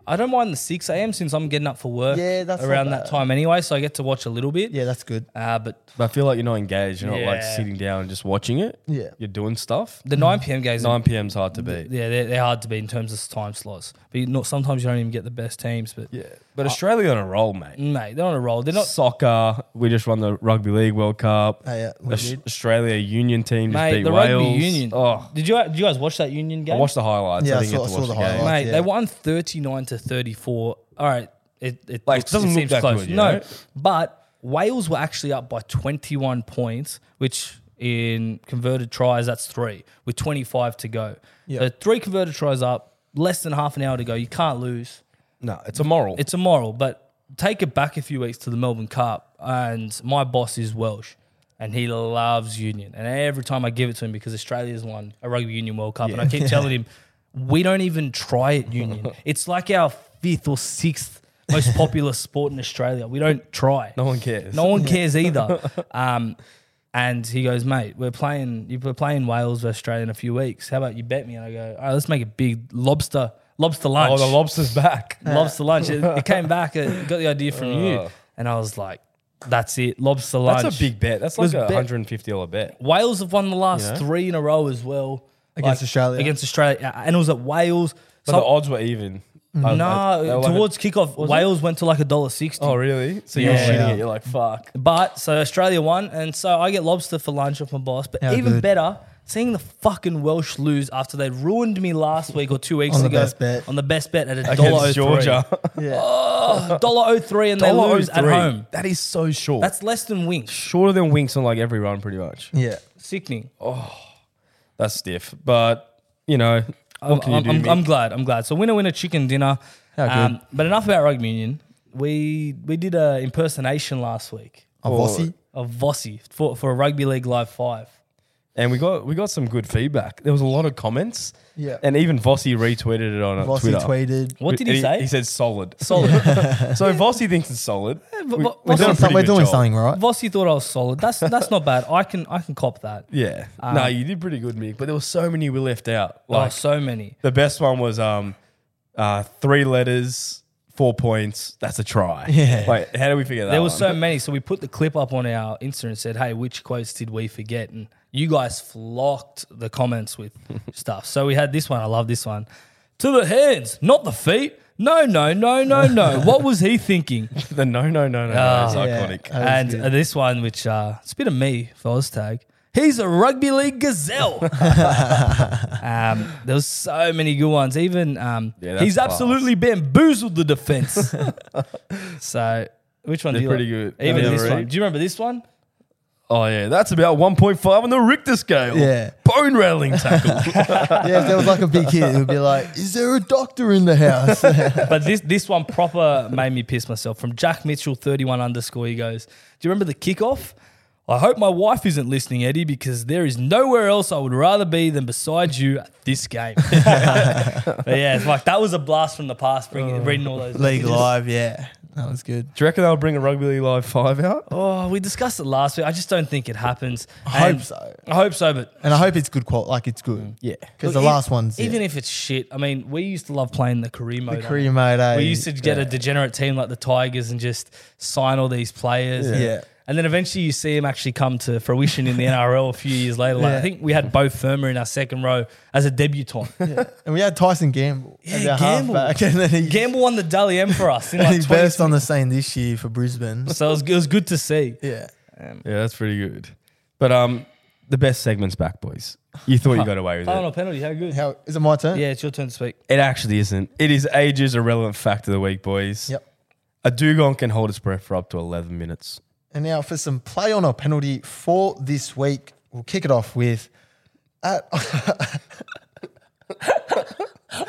Speaker 2: I don't mind the 6 a.m. since I'm getting up for work
Speaker 1: Yeah, that's not
Speaker 2: around that
Speaker 1: bad.
Speaker 2: time anyway, so I get to watch a little bit.
Speaker 1: yeah, that's good.
Speaker 2: Uh, but
Speaker 3: But I feel like you're not engaged. You're not like
Speaker 2: Yeah.
Speaker 3: sitting down and just watching it.
Speaker 1: Yeah.
Speaker 3: you're doing stuff.
Speaker 2: the 9 p.m. games, are,
Speaker 3: Nine PM's hard to beat.
Speaker 2: yeah, they're, they're hard to beat in terms of time slots. But you not, sometimes you don't even get the best teams. But
Speaker 3: Yeah, but Australia on a roll, mate.
Speaker 2: mate, they're on a roll. They're Mm. not.
Speaker 3: Soccer. We just won the Rugby League World Cup.
Speaker 1: Hey, yeah, we
Speaker 3: Aus-
Speaker 1: did.
Speaker 3: Australia Union team just
Speaker 2: Mate,
Speaker 3: beat
Speaker 2: the
Speaker 3: Wales.
Speaker 2: rugby union.
Speaker 3: Oh,
Speaker 2: Did you did you guys watch that union game?
Speaker 3: I watched the highlights.
Speaker 1: Yeah, I
Speaker 3: I didn't
Speaker 1: saw-
Speaker 3: get to
Speaker 1: I saw
Speaker 3: watch
Speaker 1: the
Speaker 3: the, game.
Speaker 1: highlights.
Speaker 2: Mate,
Speaker 1: Yeah.
Speaker 2: they won 39 to 34. All right. It, it,
Speaker 3: Like,
Speaker 2: looks-
Speaker 3: doesn't
Speaker 2: it
Speaker 3: look
Speaker 2: seems
Speaker 3: that
Speaker 2: close.
Speaker 3: good, you
Speaker 2: no,
Speaker 3: know?
Speaker 2: but Wales were actually up by 21 points, which in converted tries, that's three, with 25 to go. So three converted tries up, less than half an hour to go. You can't lose.
Speaker 3: No, it's a moral.
Speaker 2: It's a moral, but take it back a few weeks to the Melbourne Cup, and my boss is Welsh. And he loves Union. And every time I give it to him because Australia's won a Rugby Union World Cup. And I keep telling him, we don't even try at Union. it's like our fifth or sixth most popular sport in Australia. We don't try.
Speaker 3: no one cares.
Speaker 2: No one cares either. Um, and he goes, mate, we're playing. you- We're playing Wales versus Australia in a few weeks. How about you bet me? And I go, all right, let's make a big lobster lobster lunch
Speaker 3: Oh, the lobster's back.
Speaker 2: lobster lunch. It, it came back. It got the idea from you, and I was like, "That's it, lobster lunch."
Speaker 3: Oh. That's a big bet. That's like
Speaker 2: was
Speaker 3: a
Speaker 2: bet-
Speaker 3: $150 bet.
Speaker 2: Wales have won the last
Speaker 3: Yeah.
Speaker 2: three in a row as well
Speaker 1: Against Australia.
Speaker 2: Against Australia, and it was at Wales.
Speaker 3: But
Speaker 2: So,
Speaker 3: the odds were even.
Speaker 2: no,
Speaker 3: I- I- they were like a-
Speaker 2: towards kickoff, Wales went to like a dollar sixty.
Speaker 3: oh, really? So you're
Speaker 2: Yeah.
Speaker 3: shitting it. You're like, fuck.
Speaker 2: But so Australia won, and so I get lobster for lunch off my boss. But
Speaker 1: How
Speaker 2: even
Speaker 1: good.
Speaker 2: better, seeing the fucking Welsh lose after they ruined me last week or two weeks
Speaker 1: On the
Speaker 2: ago
Speaker 1: best bet.
Speaker 2: on the best bet at a dollar oh
Speaker 3: Against Georgia.
Speaker 1: Yeah.
Speaker 2: dollar oh three, and they
Speaker 3: Dollar
Speaker 2: lose at
Speaker 3: 03.
Speaker 2: home.
Speaker 3: That is so short. That's
Speaker 2: That's less than winch.
Speaker 3: shorter than Winks on like every run, pretty much.
Speaker 1: Yeah.
Speaker 2: Sickening.
Speaker 3: That's stiff. But, you know, what can you
Speaker 2: I'm,
Speaker 3: do?
Speaker 2: I'm-
Speaker 3: Mick?
Speaker 2: I'm glad. I'm glad. So winner, winner, chicken dinner.
Speaker 1: How good.
Speaker 2: Um, but enough about rugby union. We we did a impersonation last week
Speaker 1: Of
Speaker 3: Well,
Speaker 1: Aussie.
Speaker 2: of Vossi for, for a rugby league live five.
Speaker 3: and we got we got some good feedback. There was a lot of comments.
Speaker 1: Yeah.
Speaker 3: And even Vossi retweeted it on uh,
Speaker 1: Vossi
Speaker 3: Twitter.
Speaker 1: tweeted.
Speaker 2: What did he, say?
Speaker 3: He said solid.
Speaker 2: solid.
Speaker 3: So Vossi thinks it's solid.
Speaker 2: Eh, but
Speaker 3: We-
Speaker 2: Vo-
Speaker 3: we're
Speaker 2: Vossi-
Speaker 3: doing a
Speaker 1: So
Speaker 3: pretty
Speaker 1: we're
Speaker 3: good
Speaker 1: doing
Speaker 3: job.
Speaker 1: something right.
Speaker 2: Vossi thought I was solid. That's that's not bad. I can I can cop that.
Speaker 3: Yeah. no, you did pretty good, Mick. But there were so many we left out.
Speaker 2: Ah. Oh,
Speaker 3: Like
Speaker 2: so many.
Speaker 3: the best one was um, uh, three letters four points, that's a try.
Speaker 1: Yeah.
Speaker 3: Like, how do we figure that
Speaker 2: There were
Speaker 3: one?
Speaker 2: so many. So we put the clip up on our Insta and said, hey, which quotes did we forget? And you guys flocked the comments with stuff. So we had this one. I love this one. To the hands, not the feet. No, no, no, no, no. what was he thinking?
Speaker 3: the no, no, no, no,
Speaker 2: Ah.
Speaker 3: no is
Speaker 1: Oh. Yeah.
Speaker 3: iconic.
Speaker 1: Uh, That was
Speaker 2: and uh, this one, which uh, it's a bit of me for Oztag. He's a rugby league gazelle. um, there was so many good ones. Even um,
Speaker 3: Yeah, that's
Speaker 2: he's
Speaker 3: class.
Speaker 2: absolutely bamboozled the defense. so which one?
Speaker 3: They're
Speaker 2: do you
Speaker 3: pretty
Speaker 2: like?
Speaker 3: good.
Speaker 2: Even
Speaker 3: Yeah,
Speaker 2: this
Speaker 3: right.
Speaker 2: one. Do you remember this one?
Speaker 3: Oh yeah, that's about 1.5 on the Richter scale.
Speaker 1: Yeah.
Speaker 3: Bone rattling tackle.
Speaker 1: yeah, if there was like a big hit, it would be like, is there a doctor in the house?
Speaker 2: But this this one proper made me piss myself. From Jack Mitchell thirty one underscore, he goes, "Do you remember the kickoff?" I hope my wife isn't listening, Eddie, because there is nowhere else I would rather be than beside you at this game. but yeah, it's like that was a blast from the past,
Speaker 1: Oh.
Speaker 2: bringing, reading all those.
Speaker 1: League
Speaker 2: messages.
Speaker 1: Live, yeah. That was good.
Speaker 3: Do you reckon they'll bring a rugby league live five out?
Speaker 2: Oh, we discussed it last week. I just don't think it happens.
Speaker 1: I hope
Speaker 2: And-
Speaker 1: so.
Speaker 2: I hope so, but
Speaker 1: And I hope it's good quality. Like, it's good.
Speaker 3: Yeah.
Speaker 1: Because
Speaker 2: Look,
Speaker 1: the
Speaker 2: e-
Speaker 1: last one's
Speaker 2: even
Speaker 1: yeah.
Speaker 2: if it's shit. I mean, we used to love playing the career mode.
Speaker 1: the
Speaker 2: on
Speaker 1: career mode, eh?
Speaker 2: We used to get a degenerate team like the Tigers and just sign all these players.
Speaker 1: Yeah.
Speaker 2: And,
Speaker 1: Yeah.
Speaker 2: and then eventually you see them actually come to fruition in the NRL a few years later. Like I
Speaker 1: Yeah.
Speaker 2: think we had Bo Firmer in our second row as a debutant.
Speaker 1: And we had Tyson Gamble. as
Speaker 2: Yeah,
Speaker 1: our
Speaker 2: Gamble.
Speaker 1: halfback, and then he,
Speaker 2: Gamble won the Dally M for us in
Speaker 1: and
Speaker 2: like
Speaker 1: he
Speaker 2: 20.
Speaker 1: burst on the scene this year for Brisbane.
Speaker 2: So it was, it was good to see.
Speaker 1: yeah.
Speaker 3: Yeah, that's pretty good. But um, the best segment's back, boys. You thought you got away with
Speaker 2: Final
Speaker 3: it.
Speaker 2: penalty, how good?
Speaker 1: How, is it my turn?
Speaker 2: Yeah, it's your turn to speak.
Speaker 3: It actually isn't. It is ages irrelevant fact of the week, boys.
Speaker 1: Yep.
Speaker 3: A dugong can hold its breath for up to 11 minutes.
Speaker 1: And now for some play on or penalty for this week, we'll kick it off with at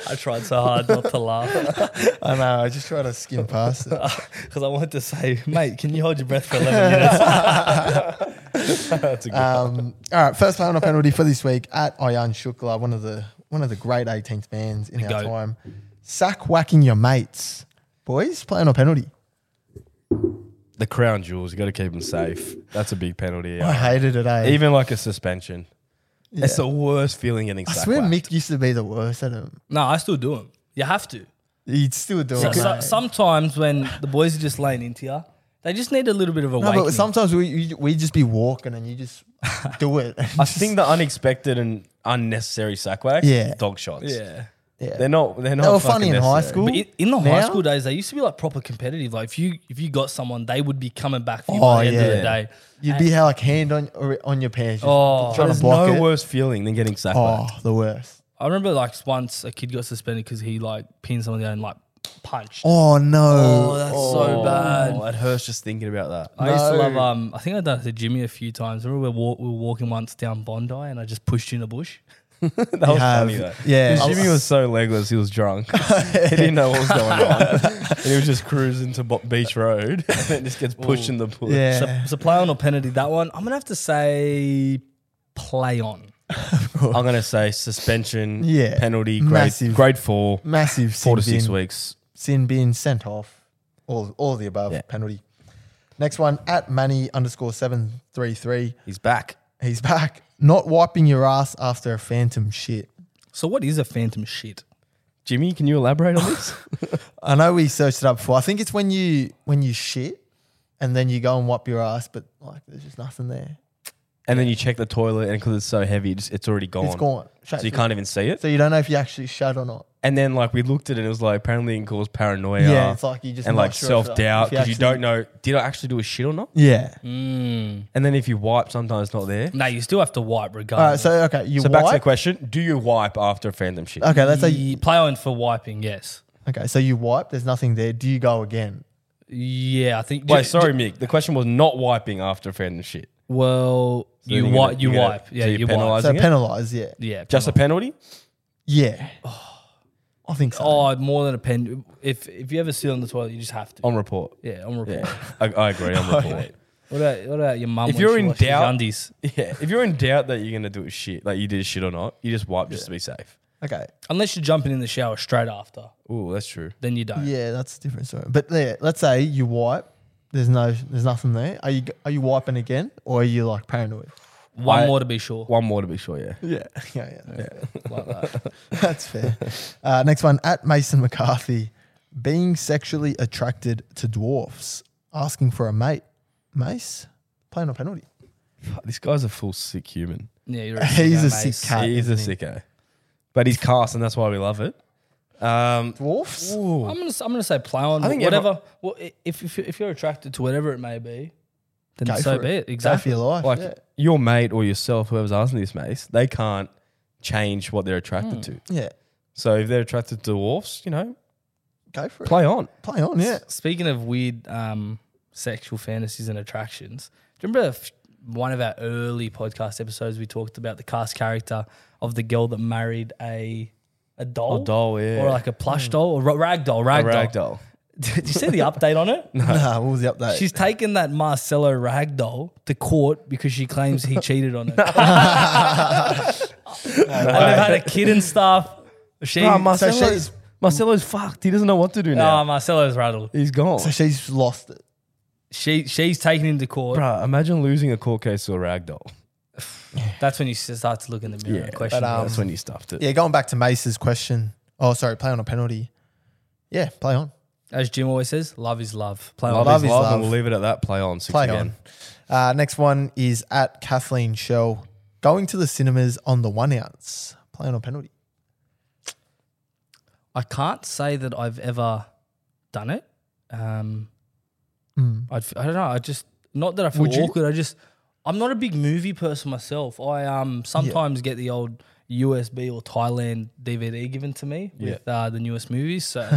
Speaker 2: I tried so hard not to laugh
Speaker 1: I know, I just try to skim past it.
Speaker 2: because I wanted to say, mate, can you hold your breath for 11 minutes?
Speaker 3: That's a good
Speaker 1: Um, all right, first play on or penalty for this week at Ian Shukla, one of the one of the great 18th bands in our
Speaker 2: goat.
Speaker 1: time. Sack whacking your mates. Boys, play on or penalty.
Speaker 3: The crown jewels, you got to keep them safe. That's a big penalty.
Speaker 1: I hated it, eh?
Speaker 3: Even like a suspension. It's
Speaker 1: Yeah.
Speaker 3: the worst feeling getting
Speaker 1: I
Speaker 3: sacked.
Speaker 1: swear
Speaker 3: whacked.
Speaker 1: Mick used to be the worst at him.
Speaker 2: no, I still do them. You have to.
Speaker 1: He'd still do
Speaker 2: So,
Speaker 1: it.
Speaker 2: so-
Speaker 1: mate.
Speaker 2: sometimes when the boys are just laying into you, they just need a little bit of a
Speaker 1: no,
Speaker 2: awakening.
Speaker 1: but sometimes we we we'd just be walking and you just do it.
Speaker 3: I think the unexpected and unnecessary sack whacks,
Speaker 1: Yeah.
Speaker 3: dog shots.
Speaker 2: yeah.
Speaker 1: yeah.
Speaker 3: They're not. They're not.
Speaker 1: were
Speaker 3: fucking
Speaker 1: funny in high
Speaker 3: necessary.
Speaker 1: school.
Speaker 2: But i- in the high
Speaker 1: Now?
Speaker 2: school days, they used to be like proper competitive. Like if you if you got someone, they would be coming back for you
Speaker 1: Oh,
Speaker 2: by the end of
Speaker 1: yeah.
Speaker 2: the day.
Speaker 1: You'd be like hand on or on your pants, just
Speaker 2: Oh.
Speaker 1: trying to
Speaker 3: There's
Speaker 1: block
Speaker 3: no
Speaker 1: it.
Speaker 3: worse feeling than getting sacked.
Speaker 1: Oh,
Speaker 3: whacked.
Speaker 1: the worst.
Speaker 2: I remember like once a kid got suspended because he like pinned someone down and like punched.
Speaker 1: Oh no.
Speaker 2: Oh, that's so bad.
Speaker 3: Oh, it hurts just thinking about that.
Speaker 2: I used to
Speaker 1: No.
Speaker 2: love. Um, I think I done it to Jimmy a few times. Remember we were, walk, we were walking once down Bondi and I just pushed you in the bush.
Speaker 3: that was
Speaker 1: have-
Speaker 3: funny though.
Speaker 1: yeah.
Speaker 3: 'Cause Jimmy was so legless. He was drunk. he didn't know what was going on. and he was just cruising to Bo- Beach Road, and then just gets pushed in the push.
Speaker 1: yeah.
Speaker 2: So, so play on or penalty that one. I'm gonna have to say play on.
Speaker 3: I'm gonna say suspension.
Speaker 1: Yeah.
Speaker 3: Penalty. Grade.
Speaker 1: Massive.
Speaker 3: Grade four.
Speaker 1: Massive sin
Speaker 3: Four to six
Speaker 1: bin,
Speaker 3: weeks.
Speaker 1: sin bin sent off. All all the above
Speaker 3: Yeah.
Speaker 1: penalty. Next one at Manny underscore seven three three.
Speaker 3: He's back.
Speaker 1: He's back. Not wiping your ass after a phantom shit.
Speaker 2: So what is a phantom shit?
Speaker 3: Jimmy, can you elaborate on this?
Speaker 1: I know we searched it up before. I think it's when you when you shit and then you go and wipe your ass, but like there's just nothing there.
Speaker 3: and then you check the toilet, and because it's so heavy, it's, it's already gone.
Speaker 1: It's gone.
Speaker 3: So you can't even see it.
Speaker 1: So you don't know if you actually shut or not.
Speaker 3: And then like we looked at it, and it was like apparently it can cause paranoia.
Speaker 1: Yeah, it's like you just
Speaker 3: and
Speaker 1: not
Speaker 3: like
Speaker 1: sure if-
Speaker 3: self doubt
Speaker 1: if you
Speaker 3: because you
Speaker 1: actually-
Speaker 3: don't know did I actually do a shit or not.
Speaker 1: Yeah.
Speaker 3: Mm. And then if you wipe, sometimes it's not there.
Speaker 2: No, you still have to wipe regardless.
Speaker 1: All right. So okay, you
Speaker 3: So back to the
Speaker 1: wipe.
Speaker 3: question: Do you wipe after a phantom shit?
Speaker 1: okay, let's say
Speaker 2: Ye- play on for wiping, yes.
Speaker 1: Okay, so you wipe. There's nothing there. Do you go again?
Speaker 2: Yeah, I think.
Speaker 3: Wait, sorry, Mick. The question was not wiping after a phantom shit.
Speaker 2: well, you
Speaker 3: then you're
Speaker 2: wipe.
Speaker 3: gonna-
Speaker 2: You
Speaker 3: you're gonna-
Speaker 2: wipe.
Speaker 3: so
Speaker 2: Yeah,
Speaker 3: you're
Speaker 2: you wipe.
Speaker 3: penalised.
Speaker 1: So
Speaker 3: Isn't it?
Speaker 1: penalise, yeah,
Speaker 2: Yeah,
Speaker 3: Just a penalty?
Speaker 1: yeah.
Speaker 3: Oh.
Speaker 1: I think so.
Speaker 2: Oh, more than a pen. If if you ever sit on the toilet, you just have to.
Speaker 3: On report.
Speaker 2: yeah, on report.
Speaker 3: Yeah, I, I agree. On report.
Speaker 2: What about what about your mum?
Speaker 3: If
Speaker 2: when
Speaker 3: you're
Speaker 2: she
Speaker 3: in
Speaker 2: washes your
Speaker 3: doubt-
Speaker 2: undies.
Speaker 3: yeah. If you're in doubt that you're gonna do a shit, like you did a shit or not, you just wipe just to be safe.
Speaker 1: Okay,
Speaker 2: unless you're jumping in the shower straight after,
Speaker 3: Ooh, that's true.
Speaker 2: then you don't.
Speaker 1: yeah, that's a different story. But yeah, let's say you wipe. There's no, there's nothing there. Are you are you wiping again, or are you like paranoid?
Speaker 2: One
Speaker 3: I-
Speaker 2: more to be sure.
Speaker 3: One more to be sure. Yeah.
Speaker 1: Yeah, yeah, yeah.
Speaker 2: Like that.
Speaker 1: That's fair. Uh, next one at Mason McCarthy. being sexually attracted to dwarfs, asking for a mate, mace, playing a penalty.
Speaker 3: This guy's a full sick human.
Speaker 2: Yeah, you're right.
Speaker 1: He's
Speaker 2: Yeah,
Speaker 1: a
Speaker 2: mate.
Speaker 1: sick cat.
Speaker 3: he is a sicko. But he's cast, and that's why we love it. Um,
Speaker 1: Dwarfs?
Speaker 2: I'm gonna s- I'm gonna say play on
Speaker 3: I think
Speaker 2: whatever. Well, i- if, if you- if you're attracted to whatever it may be, then
Speaker 1: Go
Speaker 2: so
Speaker 1: for
Speaker 2: be
Speaker 1: it.
Speaker 2: it.
Speaker 1: Go for
Speaker 2: Exactly.
Speaker 1: your life.
Speaker 3: like
Speaker 1: yeah.
Speaker 3: your mate or yourself, whoever's asking this, mace, they can't change what they're attracted to.
Speaker 1: yeah,
Speaker 3: So if they're attracted to dwarfs, you know,
Speaker 1: go for it. Play,
Speaker 3: play on.
Speaker 1: on, yeah.
Speaker 2: Speaking of weird um, sexual fantasies and attractions, do you remember f- one of our early podcast episodes we talked about the cast character of the girl that married a a doll,
Speaker 3: A doll, yeah.
Speaker 2: or like a plush doll or ra- rag doll,
Speaker 3: a
Speaker 2: rag,
Speaker 3: rag
Speaker 2: doll.
Speaker 3: doll.
Speaker 2: Did you see the update on it?
Speaker 1: Nah, what was the update?
Speaker 2: She's taken that Marcelo rag doll to court because she claims he cheated on her. and they've had a kid and stuff. She,
Speaker 3: Ah,
Speaker 1: Marcelo's-
Speaker 3: Marcelo's, Marcelo's fucked. He doesn't know what to do now.
Speaker 2: oh, Marcelo's rattled.
Speaker 3: he's gone.
Speaker 1: so she's lost it.
Speaker 2: She she's taken him to court.
Speaker 3: Bruh, imagine losing a court case to a rag doll.
Speaker 2: That's when you s- start to look in the mirror and question.
Speaker 1: but, um,
Speaker 2: yourself.
Speaker 3: That's when you stuffed it.
Speaker 1: Yeah, going back to Mace's question. Oh, sorry, play on a penalty. Yeah, play on.
Speaker 2: As Jim always says, love is love. Play
Speaker 3: Love,
Speaker 1: Love
Speaker 3: is
Speaker 1: is
Speaker 3: love,
Speaker 1: love.
Speaker 3: and we'll leave it at that. Play on. Six
Speaker 1: Play
Speaker 3: again.
Speaker 1: on. Uh, next one is at Kathleen Shell. Going to the cinemas on the one ounce. Play on a penalty.
Speaker 2: I can't say that I've ever done it. Um, I'd f- I don't know. I just not that I feel
Speaker 1: Hmm. Would you?
Speaker 2: awkward. I just I'm not a big movie person myself. I um sometimes get the old USB or Thailand DVD given to me with uh, the newest movies. So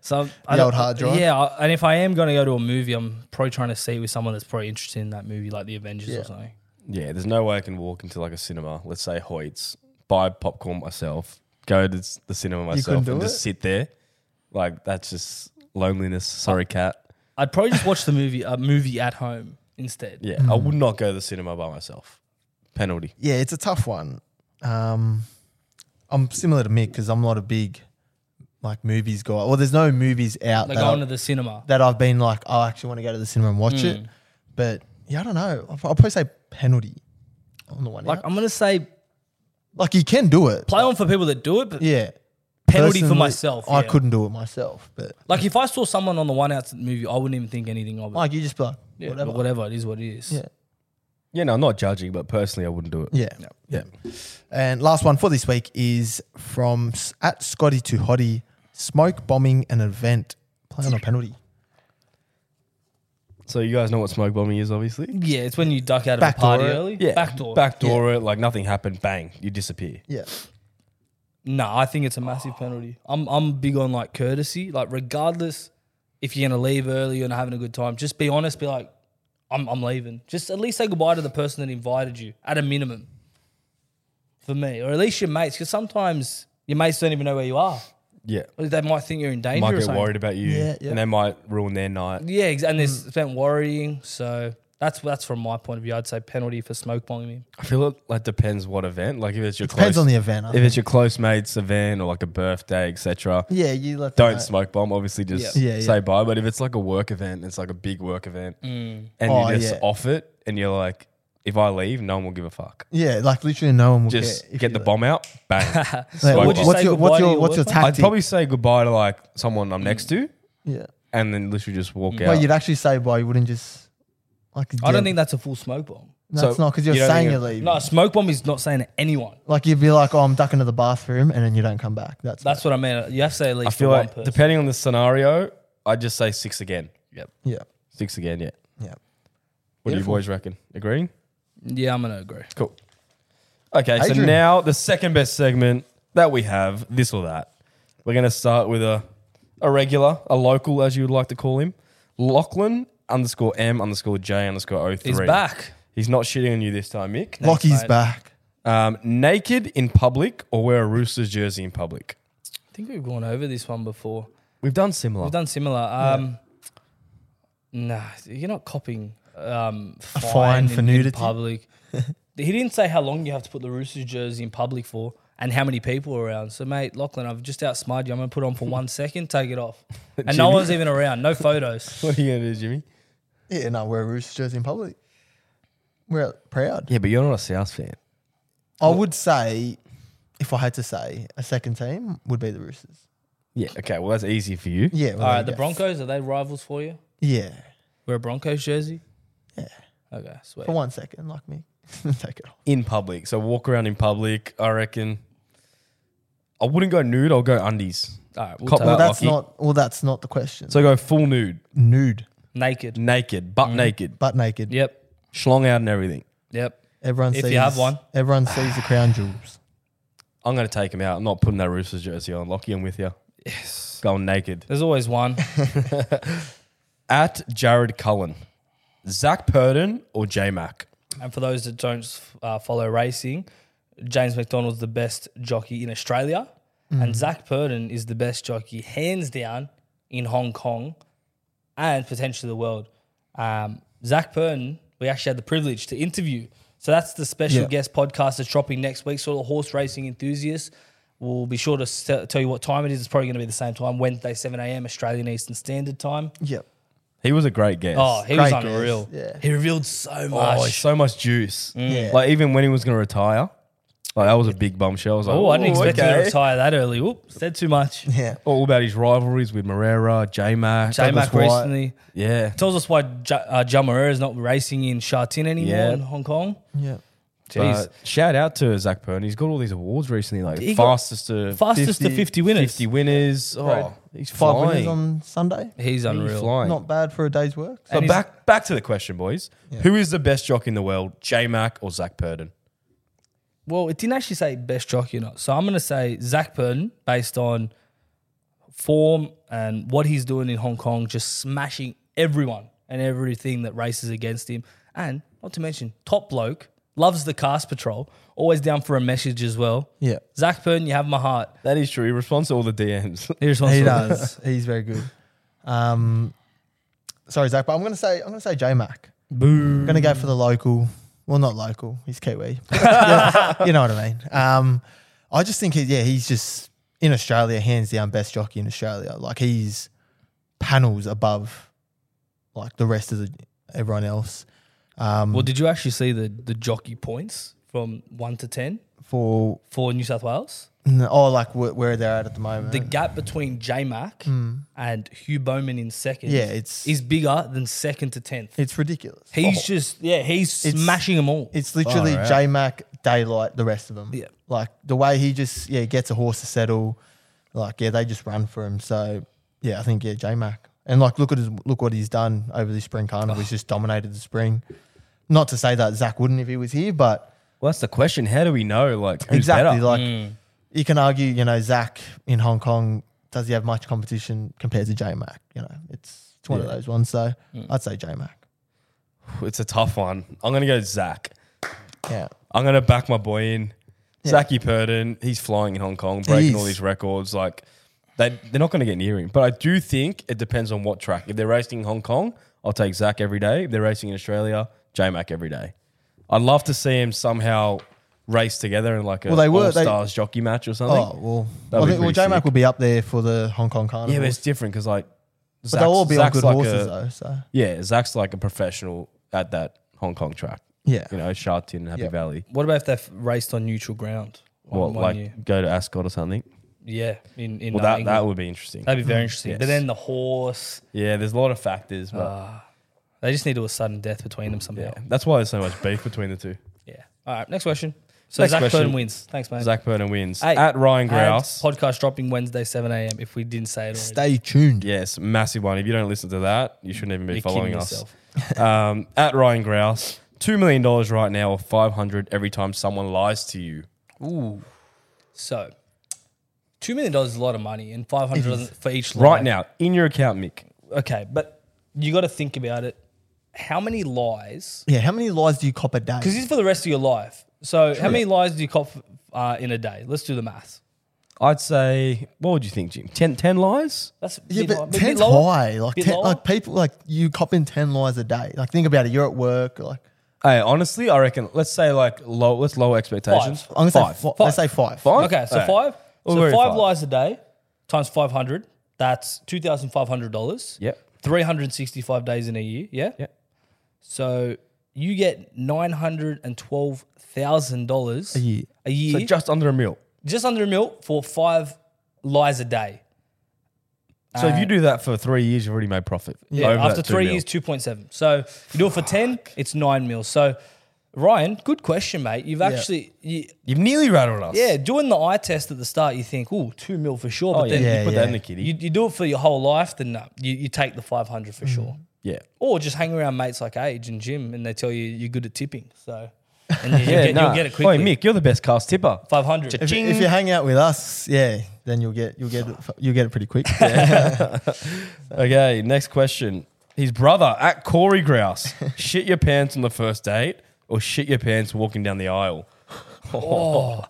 Speaker 2: so
Speaker 1: The
Speaker 2: I don't-
Speaker 1: old hard drive?
Speaker 2: Yeah, I, and if I am going to go to a movie, I'm probably trying to see it with someone that's probably interested in that movie, like the Avengers
Speaker 1: Yeah.
Speaker 2: or something.
Speaker 3: Yeah, there's no way I can walk into like a cinema, let's say Hoyt's, buy popcorn myself, go to s- the cinema myself,
Speaker 1: couldn't do
Speaker 3: and
Speaker 1: it?
Speaker 3: just sit there. Like that's just loneliness. Sorry, cat.
Speaker 2: I'd probably just watch the movie a movie at home instead.
Speaker 3: Yeah, Mm. I would not go to the cinema by myself. Penalty.
Speaker 1: Yeah, it's a tough one. Um, I'm similar to Mick because I'm not a big like movies guy. Well, there's no movies out
Speaker 2: Like
Speaker 1: that,
Speaker 2: going
Speaker 1: I,
Speaker 2: to the Mm. cinema.
Speaker 1: that I've been like, oh, I actually want to go to the cinema and watch it. But yeah, I don't know. I'll, I'll probably say penalty on the one.
Speaker 2: Like
Speaker 1: Like,
Speaker 2: I'm gonna say
Speaker 1: like you can do it.
Speaker 2: play on for people that do it, but
Speaker 1: yeah.
Speaker 2: penalty for
Speaker 1: Personally,
Speaker 2: myself.
Speaker 1: I
Speaker 2: yeah.
Speaker 1: couldn't do it myself, but
Speaker 2: Like if I saw someone on the one out movie, I wouldn't even think anything of it.
Speaker 1: like you just be like,
Speaker 2: yeah,
Speaker 1: whatever.
Speaker 2: But whatever it is, what it is.
Speaker 1: Yeah.
Speaker 3: Yeah, no, I'm not judging, but personally, I wouldn't do it.
Speaker 1: Yeah. Yeah. And last one for this week is from s- at Scotty to Hottie, smoke bombing an event, play on a penalty.
Speaker 3: So you guys know what smoke bombing is, obviously.
Speaker 2: Yeah, it's when you duck out of a
Speaker 1: Backdoor
Speaker 2: party
Speaker 1: it.
Speaker 2: early.
Speaker 3: Yeah,
Speaker 2: backdoor.
Speaker 3: backdoor it. Like nothing happened. Bang, you disappear.
Speaker 1: Yeah.
Speaker 2: No, I think it's a massive penalty. I'm I'm big on like courtesy. Like regardless if you're gonna leave early and having a good time, just be honest. Be like, I'm I'm leaving. Just at least say goodbye to the person that invited you at a minimum. For me, or at least your mates, because sometimes your mates don't even know where you are.
Speaker 3: Yeah,
Speaker 2: They might think you're in danger.
Speaker 3: might
Speaker 2: or
Speaker 3: get
Speaker 2: something.
Speaker 3: worried Mm. about you,
Speaker 1: Yeah, yeah.
Speaker 3: and they might ruin their night.
Speaker 2: Yeah, ex- and they spent worrying. So that's that's from my point of view. I'd say penalty for smoke bombing him.
Speaker 3: I feel it like depends what event. Like if it's your
Speaker 1: Depends
Speaker 3: close,
Speaker 1: on the event. I
Speaker 3: if
Speaker 1: think.
Speaker 3: it's your close mate's event or like a birthday, etc.
Speaker 1: Yeah, you let them
Speaker 3: Don't
Speaker 1: know.
Speaker 3: smoke bomb. Obviously, just
Speaker 1: Yeah. Yeah,
Speaker 3: say
Speaker 1: yeah.
Speaker 3: bye. But if it's like a work event, it's like a big work event, and
Speaker 1: Oh,
Speaker 3: you just
Speaker 1: yeah.
Speaker 3: off it, and you're like, if I leave, no one will give a fuck.
Speaker 1: Yeah, like literally no one will
Speaker 3: Just
Speaker 1: care if
Speaker 3: get
Speaker 1: you
Speaker 3: the
Speaker 1: let-
Speaker 3: bomb out, bang.
Speaker 1: Like,
Speaker 3: Smoke
Speaker 2: would you say
Speaker 3: bomb.
Speaker 1: what's your what's your
Speaker 2: goodbye to your
Speaker 1: what's your
Speaker 2: work mate?
Speaker 1: tactic?
Speaker 3: I'd probably say goodbye to like someone I'm next to,
Speaker 1: yeah.
Speaker 3: and then literally just walk out.
Speaker 1: Well, you'd actually say why you wouldn't just like.
Speaker 2: I don't think that's a full smoke bomb.
Speaker 1: that's
Speaker 3: so
Speaker 1: not because you're
Speaker 3: you don't
Speaker 1: saying
Speaker 3: think
Speaker 1: you're
Speaker 3: it-
Speaker 1: leaving.
Speaker 2: No, a smoke bomb is not saying to anyone.
Speaker 1: Like you'd be like, oh, I'm ducking to the bathroom, and then you don't come back. That's
Speaker 2: That's what I mean. You have to say at least
Speaker 3: I feel
Speaker 2: for
Speaker 3: like
Speaker 2: one person.
Speaker 3: depending on the scenario, I'd just say six again. Yep,
Speaker 1: yeah,
Speaker 3: six again. Yeah.
Speaker 1: yeah.
Speaker 3: What do you boys reckon? Agreeing?
Speaker 2: yeah, I'm gonna agree.
Speaker 3: Cool. Okay, so
Speaker 1: Adrian.
Speaker 3: now the second best segment that we have, this or that. We're going to start with a, a regular, a local, as you would like to call him, Lachlan underscore M underscore J underscore 03.
Speaker 2: He's back.
Speaker 3: He's not shitting on you this time, Mick.
Speaker 1: Lockie's
Speaker 2: mate.
Speaker 1: back.
Speaker 3: Um, naked in public or wear a Roosters jersey in public?
Speaker 2: I think we've gone over this one before.
Speaker 3: We've done similar.
Speaker 2: We've done similar. Um, Nah, you're not copying um, fine
Speaker 1: fine for
Speaker 2: in- in
Speaker 1: nudity?
Speaker 2: public. he didn't say how long you have to put the Roosters jersey in public for and how many people are around. So, mate, Lachlan, I've just outsmarted you. I'm going to put it on for one second, take it off. And no
Speaker 3: Jimmy.
Speaker 2: one's even around. No photos.
Speaker 3: what are you going to do, Jimmy?
Speaker 1: Yeah, no, we're Roosters jersey in public. We're proud.
Speaker 3: Yeah, but you're not a South fan.
Speaker 1: I would say, if I had to say, a second team would be the Roosters.
Speaker 3: Yeah. Okay. Well, that's easy for you.
Speaker 1: Yeah.
Speaker 2: All right, the Broncos are they rivals for you?
Speaker 1: Yeah.
Speaker 2: Wear a Broncos jersey.
Speaker 1: Yeah.
Speaker 2: Okay, sweet.
Speaker 1: For one second, like me. Take it off.
Speaker 3: In public. So walk around in public. I reckon. I wouldn't go nude. I'll go undies.
Speaker 2: All right, we'll
Speaker 3: Cop
Speaker 2: take
Speaker 1: Well,
Speaker 3: that.
Speaker 2: it.
Speaker 1: that's
Speaker 3: lucky.
Speaker 1: not. Well, that's not the question.
Speaker 3: So go full nude,
Speaker 1: nude,
Speaker 2: naked.
Speaker 3: naked,
Speaker 2: Mm.
Speaker 3: butt naked,
Speaker 1: butt naked.
Speaker 2: Yep,
Speaker 3: schlong out and everything.
Speaker 2: yep.
Speaker 1: Everyone
Speaker 2: If
Speaker 1: sees.
Speaker 2: you have one.
Speaker 1: Everyone sees the crown jewels.
Speaker 3: I'm going to take him out. I'm not putting that Roosters jersey on. Lockie, I'm with you. Yes. Going naked.
Speaker 2: There's always one.
Speaker 3: At Jared Cullen, Zach Purden or J Mac?
Speaker 2: and for those that don't uh, follow racing, James McDonald's the best jockey in Australia,
Speaker 1: Mm.
Speaker 2: and Zach Purden is the best jockey hands down in Hong Kong, and potentially the world. Um, Zach Purden, we actually had the privilege to interview. So that's the special
Speaker 1: Yeah.
Speaker 2: guest podcast that's dropping next week. So all the horse racing enthusiasts will be sure to s- tell you what time it is. It's probably going to be the same time, Wednesday, 7 a.m. Australian Eastern Standard Time.
Speaker 1: Yep.
Speaker 3: He was a great guest.
Speaker 2: Oh, he was
Speaker 1: Great guess,
Speaker 2: unreal.
Speaker 1: yeah.
Speaker 2: He revealed so much. Mm.
Speaker 3: Oh, so much juice.
Speaker 1: Yeah.
Speaker 3: Like even when he was going to retire, like that was a big bombshell. I was like,
Speaker 2: Oh, I didn't
Speaker 3: "Ooh,
Speaker 2: expect him
Speaker 3: okay."
Speaker 2: to retire that early. Oop, said too much.
Speaker 1: Yeah.
Speaker 3: All about his rivalries with Marrera, J Mac.
Speaker 2: J Mac
Speaker 1: White.
Speaker 2: recently
Speaker 3: Yeah.
Speaker 2: tells us why J- uh, Ja Moreira is not racing in Shatin anymore
Speaker 3: Yeah.
Speaker 2: in Hong Kong.
Speaker 1: Yeah.
Speaker 2: Jeez.
Speaker 3: But shout out to Zach Purden. He's got all these awards recently, like
Speaker 2: He got-
Speaker 3: fastest to
Speaker 2: fastest to 50 winners.
Speaker 3: 50 winners. Oh, he's
Speaker 1: Five
Speaker 3: flying.
Speaker 1: winners on Sunday.
Speaker 2: He's
Speaker 3: He's
Speaker 2: unreal.
Speaker 3: flying.
Speaker 1: Not bad for a day's work. So
Speaker 3: but
Speaker 2: he's-
Speaker 3: back back to the question, boys. Who is the best jock in the world, J Mac or Zach Purden?
Speaker 2: Well, it didn't actually say best jockey or not. So I'm going to say Zach Purden based on form and what he's doing in Hong Kong, just smashing everyone and everything that races against him. And not to mention, top bloke, loves the cast patrol, always down for a message as well.
Speaker 1: Yeah.
Speaker 2: Zach Purden, you have my heart.
Speaker 3: That is true. He responds to all the DMs.
Speaker 2: He responds
Speaker 1: He
Speaker 2: to all the-
Speaker 1: does. He's very good. Um, sorry, Zach, but I'm gonna say I'm gonna say J Mac. Boo. Gonna go for
Speaker 2: Mm.
Speaker 1: the local. Well, not local. He's Kiwi. Yeah, you know what I mean. Um, I just think he, yeah, he's just in Australia, hands down best jockey in Australia. Like he's panels above, like the rest of the, everyone else. Um,
Speaker 2: Well, did you actually see the the jockey points from one to ten
Speaker 1: for
Speaker 2: for New South Wales?
Speaker 1: oh, like wh- where they're at at the moment.
Speaker 2: The gap between J Mac and Hugh Bowman in second,
Speaker 1: Hmm. Yeah, it's-
Speaker 2: is bigger than second to tenth.
Speaker 1: it's ridiculous. Oh.
Speaker 2: He's just yeah, he's
Speaker 1: It's-
Speaker 2: smashing them all.
Speaker 1: It's literally
Speaker 3: Far out.
Speaker 1: J Mac, Daylight, the rest of them.
Speaker 2: Yeah.
Speaker 1: Like the way he just yeah gets a horse to settle, like yeah they just run for him. So yeah, I think yeah J Mac and like look at his, look what he's done over the spring carnival.
Speaker 3: Oh.
Speaker 1: He's just dominated the spring. Not to say that Zach wouldn't if he was here, but
Speaker 3: Well, that's the question. How do we know? Like who's
Speaker 1: exactly
Speaker 3: better?
Speaker 1: like you can argue you know Zach in Hong Kong does he have much competition compared to J Mac? You know it's it's one of those ones. So
Speaker 3: Mm.
Speaker 1: I'd say J Mac.
Speaker 3: it's a tough one. I'm gonna go Zach.
Speaker 1: Yeah.
Speaker 3: I'm gonna back my boy in.
Speaker 1: Yeah.
Speaker 3: Zachy Purden, he's flying in Hong Kong, breaking all
Speaker 1: is.
Speaker 3: these records. Like they they're not gonna get near him. But I do think it depends on what track. If they're racing in Hong Kong, I'll take Zach every day. If they're racing in Australia, J Mac every day. I'd love to see him somehow race together in like a
Speaker 1: Well, they were-
Speaker 3: all
Speaker 1: they-
Speaker 3: stars jockey match or something.
Speaker 1: Oh well,
Speaker 3: That'd
Speaker 1: well,
Speaker 3: be
Speaker 1: I think- well
Speaker 3: pretty
Speaker 1: J Mac
Speaker 3: sick.
Speaker 1: will be up there for the Hong Kong carnival.
Speaker 3: yeah, but it's different because like
Speaker 1: But they'll all be
Speaker 3: Zach's
Speaker 1: on good
Speaker 3: like
Speaker 1: horses
Speaker 3: a-
Speaker 1: though. So
Speaker 3: Yeah, Zach's like a professional at that Hong Kong track.
Speaker 1: yeah,
Speaker 3: You know, Sha Tin, Happy
Speaker 1: Yeah.
Speaker 3: Valley.
Speaker 2: what about if they've raced on neutral ground? on
Speaker 3: What,
Speaker 2: one
Speaker 3: like
Speaker 2: year?
Speaker 3: go to Ascot or something?
Speaker 2: yeah, in in uh,
Speaker 3: Well, that, that
Speaker 2: England.
Speaker 3: would be interesting.
Speaker 2: that'd be
Speaker 1: Hmm.
Speaker 2: very interesting. But
Speaker 3: Yes.
Speaker 2: then the horse, uh,
Speaker 3: Yeah, there's a lot of factors, but
Speaker 2: Oh, they just need to do a sudden death between them somehow.
Speaker 3: yeah, that's why there's so much beef between the two.
Speaker 2: Yeah. All right. Next question. So
Speaker 3: Next
Speaker 2: Zach
Speaker 3: question.
Speaker 2: Purden wins. Thanks, mate.
Speaker 3: Zach Purden wins
Speaker 2: Hey,
Speaker 3: at Ryan
Speaker 2: And
Speaker 3: Grouse.
Speaker 2: podcast dropping Wednesday, 7 a.m. If we didn't say it already.
Speaker 1: Stay tuned.
Speaker 3: Yes, massive one. If you don't listen to that, you shouldn't even be
Speaker 2: You're
Speaker 3: following
Speaker 2: kidding
Speaker 3: us.
Speaker 2: yourself.
Speaker 3: um, at Ryan Grouse, two million dollars right now, or five hundred every time someone lies to you.
Speaker 2: Ooh. So, $2 million is a lot of money and 500 dollars for each lie.
Speaker 3: Right now, in your account, Mick.
Speaker 2: Okay. But you got to think about it. How many lies?
Speaker 1: Yeah, how many lies do you cop a day?
Speaker 2: Because this is for the rest of your life. So, how many lies do you cop uh, in a day? Let's do the math.
Speaker 3: I'd say, what would you think, Jim? 10, 10 lies?
Speaker 2: That's
Speaker 1: yeah,
Speaker 2: bit li-
Speaker 1: but
Speaker 2: bit
Speaker 1: ten's
Speaker 2: lower.
Speaker 1: high. Like
Speaker 2: Bit
Speaker 1: ten,
Speaker 2: lower.
Speaker 1: like people like you cop in ten lies a day. Like think about it. You're at work. Like
Speaker 3: Hey, honestly, I reckon. Let's say like low. Let's lower expectations.
Speaker 1: I'm gonna
Speaker 3: Five.
Speaker 1: say 5
Speaker 3: Five.
Speaker 1: let's say five.
Speaker 3: Five?
Speaker 2: Okay, so
Speaker 3: Alright.
Speaker 2: five.
Speaker 3: We'll
Speaker 2: so
Speaker 3: go
Speaker 2: five,
Speaker 3: with five.
Speaker 2: lies a day times five hundred. That's two thousand five hundred dollars.
Speaker 3: Yep.
Speaker 2: Three hundred sixty-five days in a year. Yeah.
Speaker 3: Yep.
Speaker 2: So you get nine hundred and twelve thousand dollars
Speaker 1: a year.
Speaker 2: A year,
Speaker 3: So
Speaker 2: just,
Speaker 3: just under a mil.
Speaker 2: under a mil for five lies a day.
Speaker 3: So if you do that for three years, you've already made profit.
Speaker 2: Yeah,
Speaker 3: over
Speaker 2: after
Speaker 3: that two
Speaker 2: three
Speaker 3: mil.
Speaker 2: years, two point seven. So you do it for ten, it's nine mil. So Ryan, good question, mate. You've actually you,
Speaker 3: You've nearly rattled us.
Speaker 2: yeah doing the eye test at the start. You think, oh, two mil for sure.
Speaker 3: Oh,
Speaker 2: But
Speaker 3: yeah.
Speaker 2: then
Speaker 3: you
Speaker 1: Yeah,
Speaker 3: put that in
Speaker 1: yeah.
Speaker 3: the kitty.
Speaker 2: you, you do it for your whole life, then no, you, you take the five hundred for sure.
Speaker 3: yeah.
Speaker 2: Or just hang around mates like Age and Jim, and they tell you you're good at tipping. So and you, you'll,
Speaker 3: Yeah,
Speaker 2: get,
Speaker 3: nah.
Speaker 2: you'll get it quickly.
Speaker 3: Oi, Mick, you're the best cast tipper.
Speaker 2: Five hundred.
Speaker 1: If, if you hang out with us, yeah, then you'll get you'll get it, you'll get it pretty quick.
Speaker 3: Okay, next question. His brother at Corey Grouse. shit your pants on the first date or shit your pants walking down the aisle.
Speaker 2: Oh.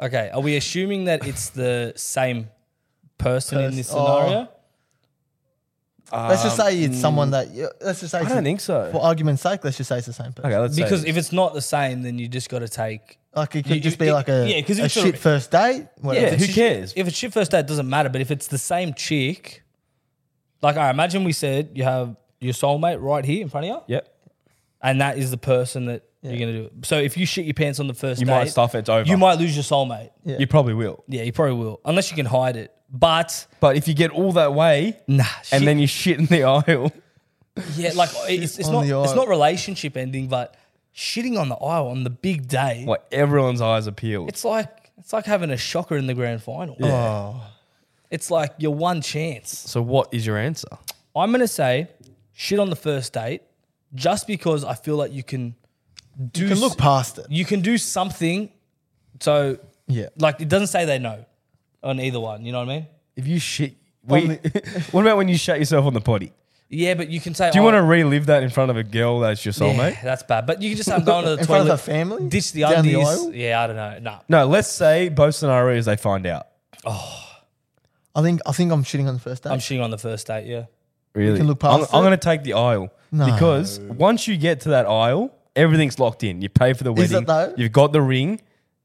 Speaker 2: okay. Are we assuming that it's the same person in
Speaker 1: Pers-
Speaker 2: this
Speaker 1: oh.
Speaker 2: scenario?
Speaker 1: let's just say it's
Speaker 2: Um,
Speaker 1: someone that. yeah, Let's just say.
Speaker 3: I
Speaker 1: it's-
Speaker 3: don't think so.
Speaker 1: For argument's sake, let's just say it's the same person.
Speaker 3: Okay, let's
Speaker 2: Because
Speaker 3: say
Speaker 2: if it's not the same, then you just got to take.
Speaker 1: Like it
Speaker 2: You-
Speaker 1: could
Speaker 2: you-
Speaker 1: just be
Speaker 2: it-
Speaker 1: like a,
Speaker 2: yeah, 'cause
Speaker 1: a
Speaker 2: it's sort
Speaker 1: shit
Speaker 2: of-
Speaker 1: first date.
Speaker 3: Yeah,
Speaker 1: Whatever.
Speaker 3: who
Speaker 2: If it's-
Speaker 3: cares?
Speaker 2: If it's shit first date, it doesn't matter. But if it's the same chick, like I imagine we said, you have your soulmate right here in front of you,
Speaker 3: Yep.
Speaker 2: and that is the person that you're gonna do. it. So if you shit your pants on the first
Speaker 3: You
Speaker 2: date,
Speaker 3: might stuff it, it's over.
Speaker 2: you might lose your soulmate. Yeah.
Speaker 3: You probably will.
Speaker 2: you probably will, unless you can hide it. But
Speaker 3: But if you get all that way
Speaker 2: nah,
Speaker 3: and then you shit in the aisle,
Speaker 2: Yeah, like it's, it's
Speaker 1: on
Speaker 2: not
Speaker 1: the
Speaker 2: it's
Speaker 1: aisle.
Speaker 2: not relationship ending, but shitting on the aisle on the big day.
Speaker 3: like everyone's eyes are peeled.
Speaker 2: It's like it's like having a shocker in the grand final.
Speaker 1: Oh,
Speaker 2: It's like your one chance.
Speaker 3: So what is your answer?
Speaker 2: I'm gonna say shit on the first date, just because I feel like you can do
Speaker 1: you can look
Speaker 2: s-
Speaker 1: past it.
Speaker 2: you can do something. So
Speaker 1: Yeah.
Speaker 2: like it doesn't say they know on either one. You know what I mean?
Speaker 3: If you shit,
Speaker 1: On
Speaker 3: we, what about when you shat yourself on the potty?
Speaker 2: Yeah, but you can say.
Speaker 3: Do you
Speaker 2: oh,
Speaker 3: want to relive that in front of a girl that's your
Speaker 2: yeah,
Speaker 3: soulmate?
Speaker 2: That's bad. But you can just say I'm going to the
Speaker 1: In
Speaker 2: toilet.
Speaker 1: front of her family?
Speaker 2: Ditch the
Speaker 1: Down the
Speaker 2: undies.
Speaker 1: aisle?
Speaker 2: Yeah, I don't know. Nah.
Speaker 3: No, let's say both scenarios they find out.
Speaker 1: I think I think I'm shitting on the first date.
Speaker 2: I'm shitting on the first date. Yeah.
Speaker 3: Really?
Speaker 1: can look
Speaker 3: I'm,
Speaker 1: past
Speaker 3: I'm
Speaker 1: it.
Speaker 3: going to take the aisle because once you get to that aisle, everything's locked in. You pay for the
Speaker 1: Is
Speaker 3: wedding.
Speaker 1: it though?
Speaker 3: You've got the ring.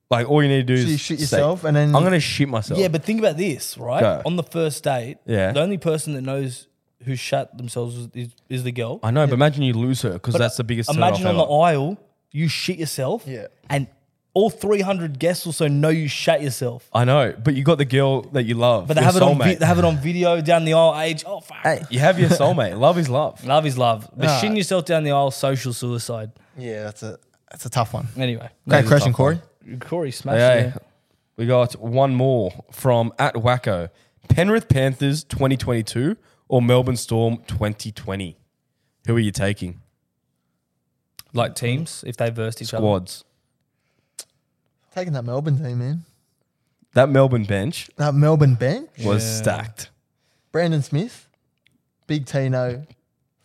Speaker 3: Like all you need to do
Speaker 1: So
Speaker 3: is
Speaker 1: you shit
Speaker 3: say,
Speaker 1: yourself and then
Speaker 3: I'm going to shit myself.
Speaker 2: Yeah, but think about this, right?
Speaker 3: Go.
Speaker 2: On the first date,
Speaker 3: Yeah.
Speaker 2: the only person that knows who shat themselves is, is, is the girl.
Speaker 3: I know, but imagine you lose her because that's the biggest.
Speaker 2: uh, Imagine on
Speaker 3: turn-off
Speaker 2: the aisle, you shit yourself,
Speaker 1: Yeah.
Speaker 2: and all 300 guests also know you shat yourself.
Speaker 3: ever. I know, but you got the girl that you love.
Speaker 2: But they
Speaker 3: your
Speaker 2: have, it on vi-
Speaker 3: soulmate.
Speaker 2: they have it on video down the aisle, age. Oh, fuck.
Speaker 3: You have your soulmate. love is love.
Speaker 2: Love is love. But
Speaker 1: Nah.
Speaker 2: shitting yourself down the aisle, social suicide.
Speaker 1: yeah, that's a that's a tough one.
Speaker 2: Anyway,
Speaker 1: Great
Speaker 3: a
Speaker 1: question,
Speaker 3: tough one.
Speaker 1: Corey.
Speaker 2: Corey smashed
Speaker 3: Okay,
Speaker 2: it.
Speaker 3: we got one more from at Wacko. Penrith Panthers 2022 or Melbourne Storm 2020. Who are you taking?
Speaker 2: Like teams, if they versed each other.
Speaker 3: Squads.
Speaker 1: Taking that Melbourne team, man.
Speaker 3: That Melbourne bench
Speaker 1: That Melbourne bench.
Speaker 3: was
Speaker 2: Yeah.
Speaker 3: stacked.
Speaker 1: Brandon Smith, Big Tino,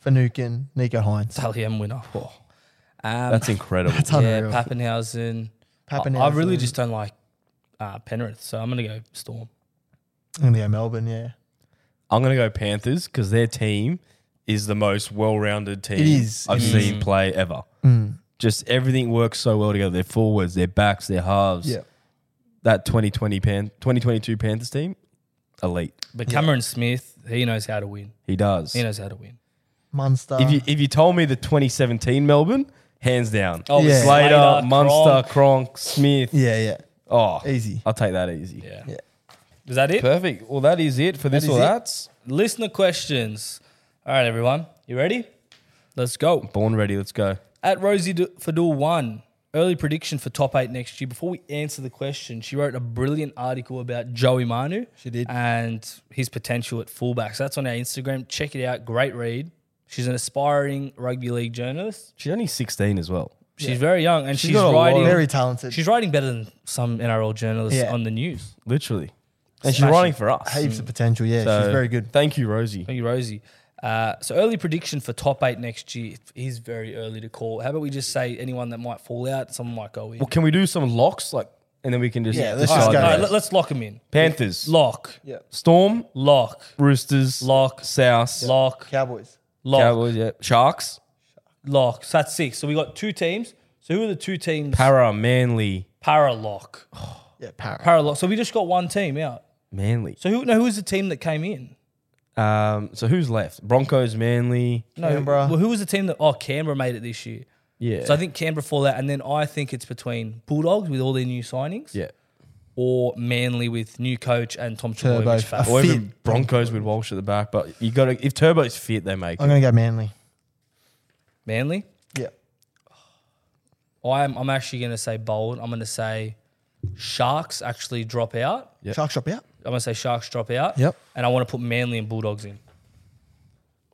Speaker 1: Fanukin, Nico Hines.
Speaker 2: Sally M winner. Whoa. Um,
Speaker 3: That's incredible.
Speaker 1: That's
Speaker 2: yeah,
Speaker 1: unreal.
Speaker 2: Pappenhausen. I, I
Speaker 1: Pappenhausen.
Speaker 2: really just don't like uh, Penrith, so I'm gonna go Storm.
Speaker 1: I'm gonna go Melbourne. Yeah,
Speaker 3: I'm going to go Panthers because their team is the most well-rounded team
Speaker 1: It is,
Speaker 3: I've
Speaker 1: it is. Mm.
Speaker 3: seen play ever. Just everything works so well together. Their forwards, their backs, their halves. That 2020 Pan 2022 Panthers team, elite.
Speaker 2: But Cameron Smith, he knows how to win.
Speaker 3: He does.
Speaker 2: He knows how to win.
Speaker 1: Munster.
Speaker 3: if you if you told me the 2017 Melbourne, hands down.
Speaker 2: Oh,
Speaker 1: Yeah.
Speaker 3: Slater,
Speaker 2: Slater,
Speaker 3: Munster, Cronk, Smith.
Speaker 1: yeah, yeah,
Speaker 3: Oh,
Speaker 1: Easy.
Speaker 3: I'll take that easy.
Speaker 2: Yeah.
Speaker 1: Yeah.
Speaker 2: Is that it?
Speaker 3: Perfect. Well, that is it for this
Speaker 1: is
Speaker 3: or
Speaker 1: it.
Speaker 3: that's.
Speaker 2: Listener questions. All right, everyone, you ready? Let's go.
Speaker 3: Born ready. Let's go.
Speaker 2: At Rosie D- Fadul one early prediction for top eight next year. Before we answer the question, she wrote a brilliant article about Joey Manu. She
Speaker 1: did.
Speaker 2: and his potential at fullback. So that's on our Instagram. Check it out. Great read. She's an aspiring rugby league journalist.
Speaker 3: She's only 16 as well.
Speaker 2: She's very young, and she's,
Speaker 3: got a lot of-
Speaker 2: writing.
Speaker 1: very talented.
Speaker 2: She's writing better than some NRL journalists
Speaker 1: Yeah.
Speaker 2: on the news.
Speaker 3: Literally. And she's
Speaker 2: Smashing.
Speaker 3: running for us.
Speaker 1: heaps of potential. Yeah,
Speaker 3: So,
Speaker 1: she's very good.
Speaker 3: Thank you, Rosie.
Speaker 2: Thank you, Rosie. Uh, so early prediction for top eight next year is very early to call. How about we just say anyone that might fall out, someone might go in.
Speaker 3: Well, can we do some locks? Like, and then we can just
Speaker 1: Yeah, let's
Speaker 3: decide.
Speaker 1: just go.
Speaker 2: All right,
Speaker 3: that.
Speaker 2: let, us lock them in.
Speaker 3: Panthers,
Speaker 2: Lock,
Speaker 3: Storm,
Speaker 2: lock,
Speaker 3: Roosters,
Speaker 2: lock,
Speaker 3: South,
Speaker 2: lock,
Speaker 1: Cowboys.
Speaker 2: lock,
Speaker 3: Cowboys, yeah. Sharks,
Speaker 2: lock. So that's six. So we got two teams. So who are the two teams?
Speaker 3: Para, Manly,
Speaker 2: Para lock,
Speaker 1: Yeah, Para.
Speaker 2: para lock. So we just got one team out.
Speaker 3: Manly.
Speaker 2: So who? No, who was the team that came in?
Speaker 3: Um, so who's left? Broncos, Manly.
Speaker 2: No,
Speaker 1: Canberra.
Speaker 2: Well, who was the team that? Oh, Canberra made it this year.
Speaker 3: Yeah.
Speaker 2: So I think Canberra fall out, and then I think it's between Bulldogs with all their new signings.
Speaker 3: yeah.
Speaker 2: or Manly with new coach and Tom
Speaker 1: Turbo.
Speaker 2: Trbojevic back.
Speaker 1: A
Speaker 3: Or even
Speaker 1: Fit.
Speaker 3: Broncos with Walsh at the back, but you got to if Turbo's fit, they make
Speaker 1: I'm
Speaker 3: it.
Speaker 1: going to go Manly.
Speaker 2: Manly?
Speaker 1: Yeah.
Speaker 2: I'm, I'm actually going to say bold. I'm going to say Sharks actually drop out.
Speaker 3: Yep.
Speaker 1: Shark Shop out.
Speaker 2: I'm going to say Sharks drop out.
Speaker 1: Yep.
Speaker 2: And I want to put Manly and Bulldogs in.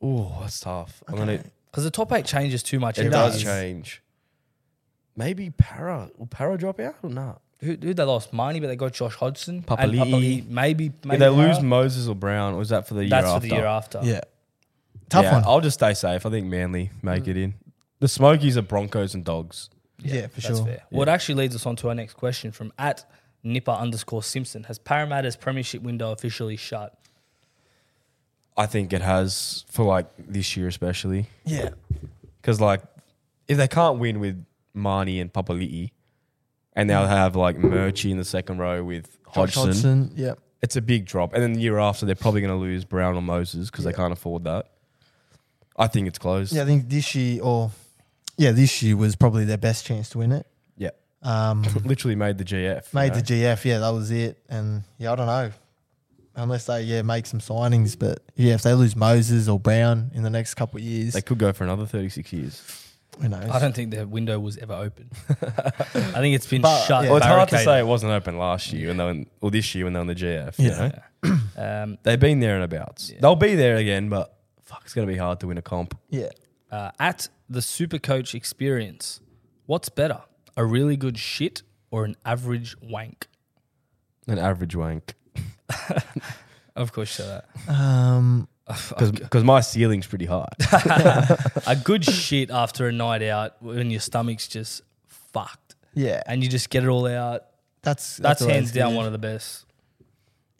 Speaker 3: Oh, that's tough. I'm gonna.
Speaker 2: Because the top eight changes too much.
Speaker 3: It
Speaker 2: every
Speaker 3: does
Speaker 1: does.
Speaker 2: year.
Speaker 3: change. Maybe Para will Para drop out or not?
Speaker 2: Who, who they lost? Marnie, but they got Josh Hodgson. and
Speaker 3: Papali'i.
Speaker 2: Papali'i. Maybe, maybe
Speaker 3: Did they lose
Speaker 2: Parra.
Speaker 3: Moses or Brown? Or is that for the year
Speaker 2: That's for
Speaker 3: after?
Speaker 2: the year after.
Speaker 1: Yeah. Tough
Speaker 3: yeah,
Speaker 1: one.
Speaker 3: I'll just stay safe. I think Manly make
Speaker 2: Mm.
Speaker 3: it in. The Smokies are Broncos and Dogs.
Speaker 1: yeah, for
Speaker 2: That's
Speaker 1: sure.
Speaker 2: fair. Well, it actually leads us on to our next question from at Nipper underscore Simpson. Has Parramatta's premiership window officially shut?
Speaker 3: I think it has for like this year especially.
Speaker 1: Yeah.
Speaker 3: Because like if they can't win with Marnie and Papali'i, and they'll have like Murchie in the second row with
Speaker 1: Josh
Speaker 3: Hodgson,
Speaker 1: Hodgson. Yeah.
Speaker 3: it's a big drop. And then the year after, they're probably going to lose Brown or Moses because they can't afford that. I think it's closed.
Speaker 1: Yeah, I think this year or yeah, this year was probably their best chance to win it.
Speaker 3: Yeah.
Speaker 1: Um,
Speaker 3: Literally made the GF.
Speaker 1: made the GF, yeah, that was it. And yeah, I don't know. Unless they yeah make some signings, but yeah, if they lose Moses or Brown in the next couple of years,
Speaker 3: They could go for another 36 years.
Speaker 1: who knows?
Speaker 2: I don't think their window was ever open. I think it's been
Speaker 1: But,
Speaker 2: shut.
Speaker 1: yeah.
Speaker 3: Well, it's hard to
Speaker 2: barricaded.
Speaker 3: say it wasn't open last year when they were in, or this year when they were in the GF. Yeah.
Speaker 1: Yeah.
Speaker 2: Um,
Speaker 3: They've been there and abouts. They'll be there again, but fuck, it's going to be hard to win a comp.
Speaker 1: yeah,
Speaker 2: uh, at the super coach experience, what's better, a really good shit or an average wank?
Speaker 3: An average wank.
Speaker 2: Of course, you say that.
Speaker 1: um,
Speaker 3: Because my ceiling's pretty high.
Speaker 2: a good shit after a night out when your stomach's just fucked
Speaker 1: yeah.
Speaker 2: and you just get it all out.
Speaker 1: That's
Speaker 2: That's,
Speaker 1: the way
Speaker 2: hands
Speaker 1: it's
Speaker 2: down
Speaker 1: gonna-
Speaker 2: one of the best.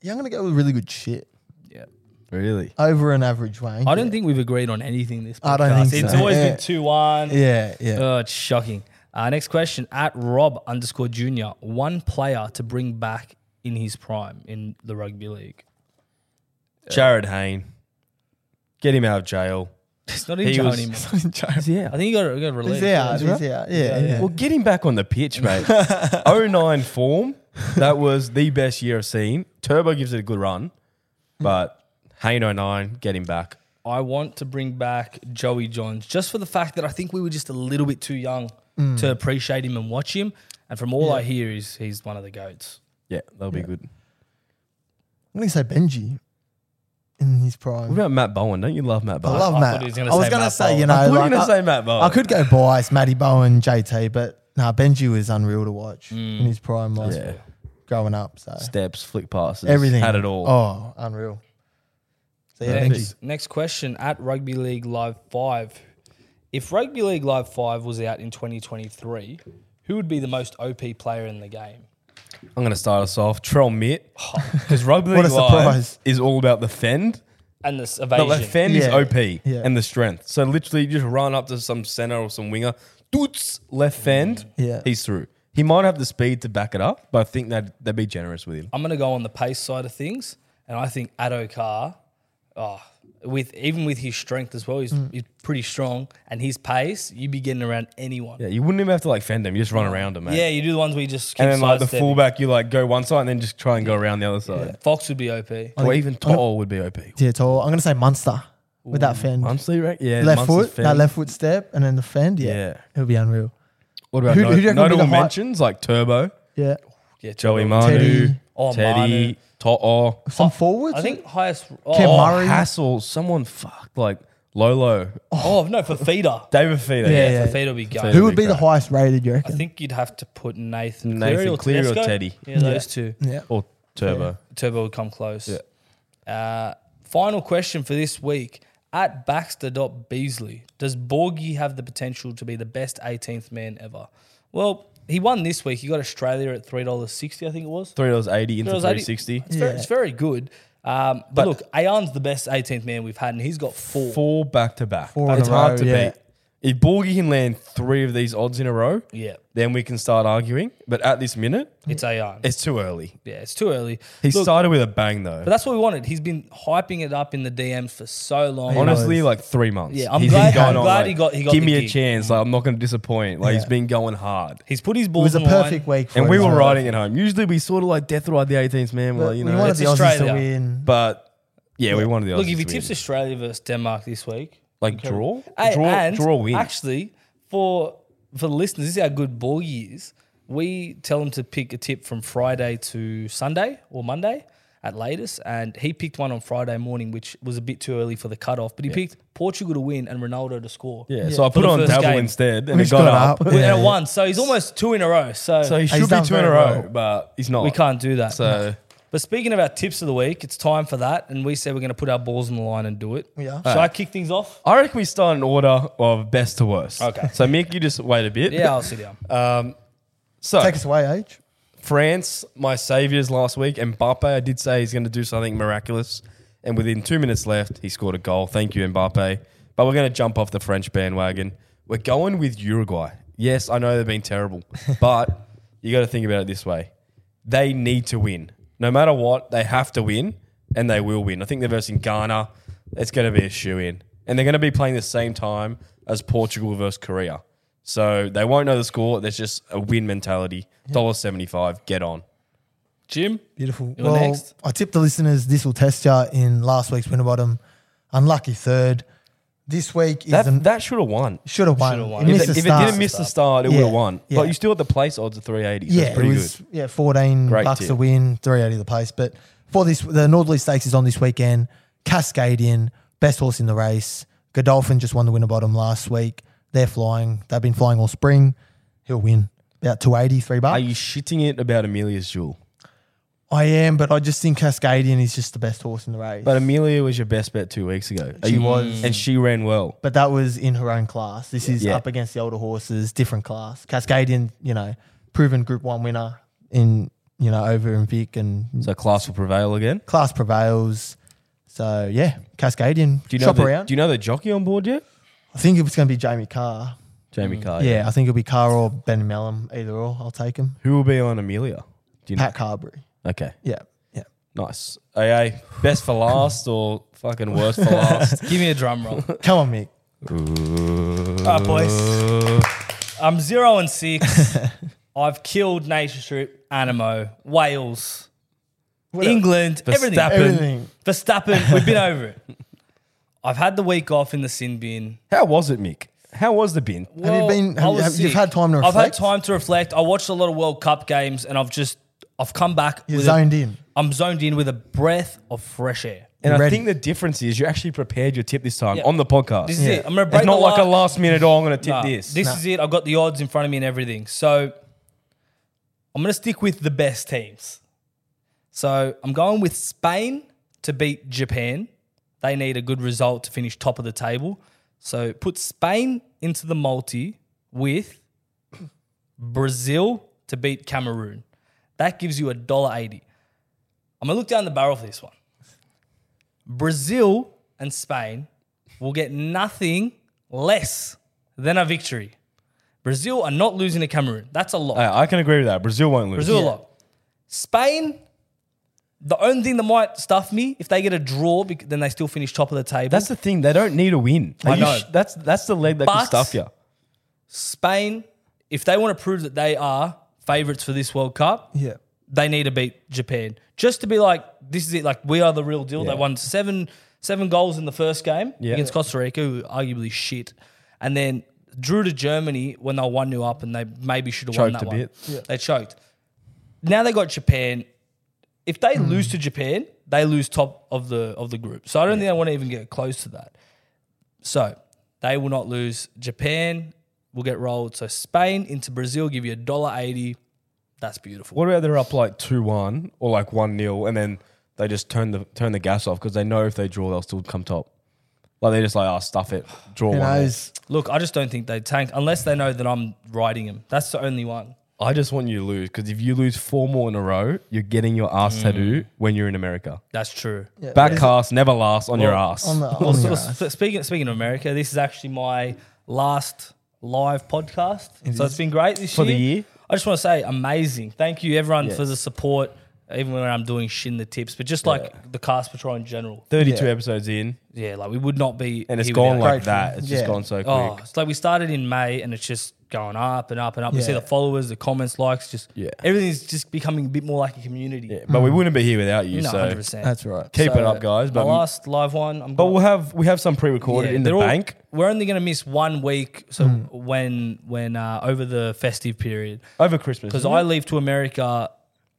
Speaker 1: Yeah, I'm gonna go with really good shit
Speaker 2: Yeah.
Speaker 3: really?
Speaker 1: over an average Wayne.
Speaker 2: I don't think we've agreed on anything this podcast.
Speaker 1: I don't think
Speaker 2: it's
Speaker 1: so.
Speaker 2: always
Speaker 1: Yeah.
Speaker 2: been 2 1.
Speaker 1: Yeah, yeah.
Speaker 2: Oh, it's shocking. Uh, next question at Rob underscore junior. One player to bring back in his prime in the rugby league.
Speaker 3: Jared Hain. Get him out of jail.
Speaker 2: It's not in
Speaker 3: He
Speaker 2: jail
Speaker 3: was-
Speaker 2: anymore.
Speaker 3: Yeah.
Speaker 2: I think you got to release.
Speaker 1: He's out. He's
Speaker 3: right?
Speaker 1: out. Yeah, yeah.
Speaker 3: Well, get him back on the pitch, mate. 09 form, that was the best year I've seen. Turbo gives it a good run, but Hayne 09, get him back.
Speaker 2: I want to bring back Joey Johns just for the fact that I think we were just a little bit too young to appreciate him and watch him. And from all I hear is he's one of the goats.
Speaker 3: Yeah, that'll be good.
Speaker 1: I'm gonna say Benji in his prime.
Speaker 3: What about Matt Bowen? Don't you love Matt
Speaker 1: I
Speaker 3: Bowen?
Speaker 1: love
Speaker 2: I
Speaker 1: Matt.
Speaker 2: thought he was gonna
Speaker 1: I was
Speaker 2: say
Speaker 1: going to
Speaker 2: Matt
Speaker 1: say, you
Speaker 2: Bowen.
Speaker 1: know,
Speaker 3: I thought you were
Speaker 1: like,
Speaker 3: gonna
Speaker 1: I-
Speaker 3: say Matt Bowen.
Speaker 1: I could go Bice, Matty Bowen, JT, but nah, Benji was unreal to watch in his prime last
Speaker 3: Yeah.
Speaker 1: growing up. So
Speaker 3: Steps, flick passes,
Speaker 1: everything
Speaker 3: Had it all.
Speaker 1: Oh, unreal. So yeah, Benji.
Speaker 2: Next, next question at Rugby League Live 5. If Rugby League Live 5 was out in 2023, who would be the most OP player in the game?
Speaker 3: I'm going to start us off. Trell Mitt. Because Rugby
Speaker 1: What
Speaker 3: League
Speaker 1: a
Speaker 3: Live
Speaker 1: surprise.
Speaker 3: is all about the fend.
Speaker 2: And this
Speaker 3: But
Speaker 2: evasion.
Speaker 3: the fend is
Speaker 1: Yeah.
Speaker 3: OP
Speaker 1: Yeah.
Speaker 3: and the strength. So literally you just run up to some center or some winger, toots, left fend,
Speaker 1: Yeah.
Speaker 3: he's through. He might have the speed to back it up, but I think they'd, they'd be generous with him.
Speaker 2: I'm going to go on the pace side of things, and I think Addo Carr, oh, with even with his strength as well, he's, he's pretty strong, and his pace, you'd be getting around anyone. Yeah,
Speaker 3: Yeah, you wouldn't even have to like fend him. You just run around him, mate.
Speaker 2: you do the ones where you just keep
Speaker 3: And then like the
Speaker 2: sidestepping.
Speaker 3: fullback, you like go one side and then just try and go around the other side.
Speaker 2: Fox would be OP.
Speaker 3: Or even tall would be OP.
Speaker 1: Yeah, tall. I'm going to say Munster with that fend.
Speaker 3: Honestly, right? Yeah.
Speaker 1: Left
Speaker 3: Munster's
Speaker 1: foot, that
Speaker 3: fend.
Speaker 1: left foot step, and then the fend. Yeah,
Speaker 3: Yeah.
Speaker 1: it'll be unreal.
Speaker 3: What about
Speaker 1: Who-
Speaker 3: no-
Speaker 1: who do you reckon would be the
Speaker 3: notable
Speaker 1: high-
Speaker 3: mentions like Turbo,
Speaker 1: Yeah,
Speaker 2: Yeah,
Speaker 3: Joey
Speaker 2: Teddy.
Speaker 3: Manu, Teddy,
Speaker 1: Teddy.
Speaker 2: Oh, Manu.
Speaker 3: Teddy To'o,
Speaker 1: some forwards.
Speaker 2: I think highest. Oh,
Speaker 1: Cam
Speaker 2: oh,
Speaker 1: Murray. Oh.
Speaker 3: Hassel, someone fucked like Lolo,
Speaker 2: oh, no, for feeder.
Speaker 3: David Feeder.
Speaker 1: Yeah,
Speaker 2: Yeah,
Speaker 1: yeah.
Speaker 2: for feeder would be going.
Speaker 1: who would be
Speaker 3: That'd be
Speaker 1: the
Speaker 3: great.
Speaker 1: highest rated? You reckon?
Speaker 2: I think you'd have to put Nathan,
Speaker 3: Nathan
Speaker 2: Cleary or,
Speaker 3: Cleary or
Speaker 2: Tedesco.
Speaker 3: Teddy.
Speaker 2: Yeah, those two.
Speaker 1: yeah,
Speaker 3: Or Turbo.
Speaker 2: Turbo would come close. Uh, final question for this week. At Baxter.Beasley, does Borgie have the potential to be the best 18th man ever? Well, he won this week. He got Australia at $3.60, I think it was.
Speaker 3: Three dollars eighty into three
Speaker 2: $3.80.
Speaker 3: sixty.
Speaker 2: It's, very,
Speaker 1: Yeah.
Speaker 2: it's very good. Um, but, look, Ayan's the best 18th man we've had, and he's got four.
Speaker 3: Four back to back.
Speaker 1: Four in
Speaker 3: It's
Speaker 1: a
Speaker 3: hard
Speaker 1: row,
Speaker 3: to
Speaker 1: yeah.
Speaker 3: beat. If Borgie can land three of these odds in a row,
Speaker 2: Yeah.
Speaker 3: then we can start arguing. But at this minute,
Speaker 2: It's AI.
Speaker 3: it's too early.
Speaker 2: yeah, it's too early.
Speaker 3: He
Speaker 2: Look,
Speaker 3: started with a bang though.
Speaker 2: but that's what we wanted. He's been hyping it up in the DMs for so long.
Speaker 3: Honestly, like three months.
Speaker 2: Yeah, I'm
Speaker 3: He's been
Speaker 2: glad-
Speaker 3: going
Speaker 2: I'm
Speaker 3: on,
Speaker 2: glad
Speaker 3: like,
Speaker 2: he got- he got
Speaker 3: Give
Speaker 2: the
Speaker 3: me a
Speaker 2: gig."
Speaker 3: chance. Like, I'm not going to disappoint. Like he's
Speaker 1: Yeah.
Speaker 3: been going hard.
Speaker 2: He's put his
Speaker 1: It
Speaker 2: balls
Speaker 1: was a
Speaker 2: in the line.
Speaker 1: perfect week for
Speaker 3: And
Speaker 1: him
Speaker 3: we
Speaker 1: as
Speaker 3: were
Speaker 1: well.
Speaker 3: riding it home. Usually we sort of like death ride the 18th man. Well,
Speaker 1: But
Speaker 3: you
Speaker 1: we
Speaker 3: know,
Speaker 1: wanted
Speaker 2: it's
Speaker 1: the Aussies to
Speaker 2: Australia.
Speaker 1: win.
Speaker 3: but yeah, we wanted the Aussies.
Speaker 2: Look, if
Speaker 3: to
Speaker 2: he tips
Speaker 3: win.
Speaker 2: Australia versus Denmark this week,
Speaker 3: like draw,
Speaker 2: Hey,
Speaker 3: draw,
Speaker 2: and
Speaker 3: draw, win.
Speaker 2: Actually, for for the listeners, this is how good Borgie is. We tell him to pick a tip from Friday to Sunday or Monday at latest, and he picked one on Friday morning, which was a bit too early for the cutoff. But he picked Portugal to win and Ronaldo to score.
Speaker 3: yeah, so I
Speaker 2: For
Speaker 3: put
Speaker 2: the
Speaker 3: on
Speaker 2: first
Speaker 3: double
Speaker 2: game.
Speaker 3: instead, and
Speaker 1: Which
Speaker 3: it got,
Speaker 1: got
Speaker 3: up.
Speaker 1: up.
Speaker 2: We-
Speaker 1: Yeah.
Speaker 2: and it won, so he's almost two in a row. So,
Speaker 3: So he should be
Speaker 1: done
Speaker 3: two in a
Speaker 1: very
Speaker 3: row,
Speaker 1: well.
Speaker 3: but he's not.
Speaker 2: we can't do that.
Speaker 3: So
Speaker 2: But speaking of our tips of the week, it's time for that, and we said we're going to put our balls on the line and do it.
Speaker 1: We are.
Speaker 2: Should I kick things off?
Speaker 3: I reckon we start in order of best to worst.
Speaker 2: Okay.
Speaker 3: So Mick, you just wait a bit.
Speaker 2: Yeah, I'll sit down.
Speaker 3: Um, so
Speaker 1: Take us away, H.
Speaker 3: France, my saviors last week. Mbappe, I did say he's going to do something miraculous. And within two minutes left, he scored a goal. Thank you, Mbappe. But we're going to jump off the French bandwagon. We're going with Uruguay. Yes, I know they've been terrible, but you got to think about it this way they need to win. No matter what, they have to win, and they will win. I think they're versing Ghana. It's going to be a shoe in. And they're going to be playing the same time as Portugal versus Korea. So they won't know the score. There's just a win mentality. $1.75, get on.
Speaker 2: Jim,
Speaker 1: Beautiful.
Speaker 2: You're
Speaker 1: well,
Speaker 2: next.
Speaker 1: I tipped the listeners this will test you in last week's Winterbottom. Unlucky third. This week is
Speaker 3: That,
Speaker 1: an,
Speaker 3: that should have won.
Speaker 1: should have won.
Speaker 2: should've
Speaker 1: It
Speaker 2: won.
Speaker 3: If,
Speaker 1: missed
Speaker 3: it,
Speaker 1: a
Speaker 3: if it
Speaker 1: start.
Speaker 3: didn't miss the start, it
Speaker 1: Yeah,
Speaker 3: would have won.
Speaker 1: yeah.
Speaker 3: But you still got the place odds of 380. So
Speaker 1: yeah,
Speaker 3: yeah,
Speaker 1: it
Speaker 3: pretty
Speaker 1: was
Speaker 3: good.
Speaker 1: yeah fourteen
Speaker 3: Great
Speaker 1: bucks a
Speaker 3: tip.
Speaker 1: win, three eighty the pace. But for this, the Nordley Stakes is on this weekend. Cascadian, best horse in the race. Godolphin just won the winner bottom last week. They're flying. They've been flying all spring. He'll win about 280, three bucks.
Speaker 3: Are you shitting it about Amelia's jewel?
Speaker 1: I am, but I just think Cascadian is just the best horse in the race.
Speaker 3: But Amelia was your best bet two weeks ago.
Speaker 1: She was.
Speaker 3: And she ran well.
Speaker 1: but that was in her own class. This is
Speaker 3: Yeah.
Speaker 1: up against the older horses, different class. Cascadian, you know, proven Group One winner in you know over in Vic and
Speaker 3: So class will prevail again.
Speaker 1: class prevails. So yeah, Cascadian.
Speaker 3: Do you know
Speaker 1: Shop
Speaker 3: the,
Speaker 1: around.
Speaker 3: Do you know the jockey on board yet?
Speaker 1: I think it was going to be Jamie Carr.
Speaker 3: Jamie Carr.
Speaker 1: yeah, I think it'll be Carr or Ben Mellum. Either or, I'll take him.
Speaker 3: Who will be on Amelia? Do you know?
Speaker 1: Pat Carberry.
Speaker 3: Okay.
Speaker 1: Yeah, yeah.
Speaker 3: Nice. AA, best for last or fucking worst for last?
Speaker 2: give me a drum roll.
Speaker 1: Come on, Mick.
Speaker 2: All right, boys. I'm zero and six. I've killed Nation Strip, Animo, Wales, England, everything.
Speaker 3: Verstappen.
Speaker 1: Everything.
Speaker 2: Verstappen, we've been over it. I've had the week off in the sin bin.
Speaker 3: How was it, Mick? How was the bin?
Speaker 1: Have you been- have
Speaker 2: I
Speaker 1: you-
Speaker 2: was
Speaker 1: have- you've
Speaker 2: sick.
Speaker 1: had time to
Speaker 2: I've had
Speaker 1: reflect?
Speaker 2: time to reflect. I watched a lot of World Cup games, and I've just I've come back.
Speaker 1: You're
Speaker 2: with
Speaker 1: zoned
Speaker 2: a,
Speaker 1: in.
Speaker 2: I'm zoned in with a breath of fresh air.
Speaker 3: And I
Speaker 1: Ready.
Speaker 3: think the difference is you actually prepared your tip this time
Speaker 2: Yeah.
Speaker 3: on the podcast.
Speaker 2: This is
Speaker 1: Yeah.
Speaker 2: it. I'm gonna break
Speaker 3: it's not
Speaker 2: the
Speaker 3: like a
Speaker 2: li-
Speaker 3: last minute. Oh, I'm going to tip
Speaker 2: Nah,
Speaker 3: this.
Speaker 2: is it. I've got the odds in front of me and everything. So I'm going to stick with the best teams. So I'm going with Spain to beat Japan. They need a good result to finish top of the table. So put Spain into the multi with Brazil to beat Cameroon. That gives you a dollar eighty. I'm gonna look down the barrel for this one. Brazil and Spain will get nothing less than a victory. Brazil are not losing to Cameroon. That's a lot.
Speaker 3: I I can agree with that. Brazil won't lose.
Speaker 2: Brazil a lot. Spain, the only thing that might stuff me if they get a draw, bec- then they still finish top of the table.
Speaker 3: That's the thing. They don't need a win. Like, you
Speaker 2: know.
Speaker 3: sh- that's that's the leg that
Speaker 2: But-
Speaker 3: can stuff you.
Speaker 2: Spain, if they want to prove that they are favorites for this World Cup,
Speaker 1: Yeah.
Speaker 2: they need to beat Japan just to be like, this is it. Like we are the real deal.
Speaker 3: Yeah.
Speaker 2: They won seven seven goals in the first game
Speaker 3: Yeah.
Speaker 2: against Costa Rica, who are arguably shit, and then drew to Germany when they were one 0 up, and they maybe should have won
Speaker 3: Choked
Speaker 2: that
Speaker 3: a
Speaker 2: one.
Speaker 3: bit.
Speaker 2: They choked. Now they got Japan. If
Speaker 3: Hmm.
Speaker 2: they lose to Japan, they lose top of the of the group. So I don't think they want to even get close to that. So they will not lose. Japan will get rolled. So Spain into Brazil give you a dollar eighty. That's beautiful.
Speaker 3: What about they're up like two one or like one 0 and then they just turn the turn the gas off because they know if they draw they'll still come top. Like they're just like, oh, stuff it, draw
Speaker 1: Who
Speaker 3: one.
Speaker 1: knows?
Speaker 2: Look, I just don't think they tank unless they know that I'm riding him. That's the only one.
Speaker 3: I just want you to lose because if you lose four more in a row, you're getting your
Speaker 2: Mm.
Speaker 3: ass tattoo when you're in America.
Speaker 2: That's true. Yeah.
Speaker 3: Back cast never last on your ass. Oh
Speaker 1: On the, on the
Speaker 2: Speaking speaking of America, this is actually my last live podcast. so
Speaker 1: is.
Speaker 2: it's been great this
Speaker 3: For the
Speaker 2: year.
Speaker 3: year.
Speaker 2: I just want to say amazing. Thank you everyone for
Speaker 3: Yes.
Speaker 2: the support, even when I'm doing shin the tips, but just like the cast patrol in general.
Speaker 3: 32
Speaker 1: Yeah.
Speaker 3: episodes in,
Speaker 2: Yeah, like we would not be
Speaker 3: and it's
Speaker 2: here
Speaker 3: gone
Speaker 2: without
Speaker 3: like
Speaker 1: Grateful.
Speaker 3: that. It's just
Speaker 1: Yeah.
Speaker 3: gone so quick.
Speaker 2: Oh, it's like we started in May and it's just going up and up and up. We see
Speaker 1: Yeah.
Speaker 2: the followers, the comments, likes, just
Speaker 3: Yeah.
Speaker 2: everything's just becoming a bit more like a community.
Speaker 3: Yeah, but we wouldn't be here without you.
Speaker 2: No,
Speaker 3: so
Speaker 2: Mm. hundred percent.
Speaker 1: That's right.
Speaker 3: keep it up, guys. But,
Speaker 2: my last live one, I'm
Speaker 3: but we'll have we have some pre-recorded in the
Speaker 2: they're all-
Speaker 3: bank.
Speaker 2: we're only going to miss one week. So when when uh, over the festive period,
Speaker 3: Over Christmas.
Speaker 2: because
Speaker 3: isn't
Speaker 2: I
Speaker 3: it?
Speaker 2: leave to America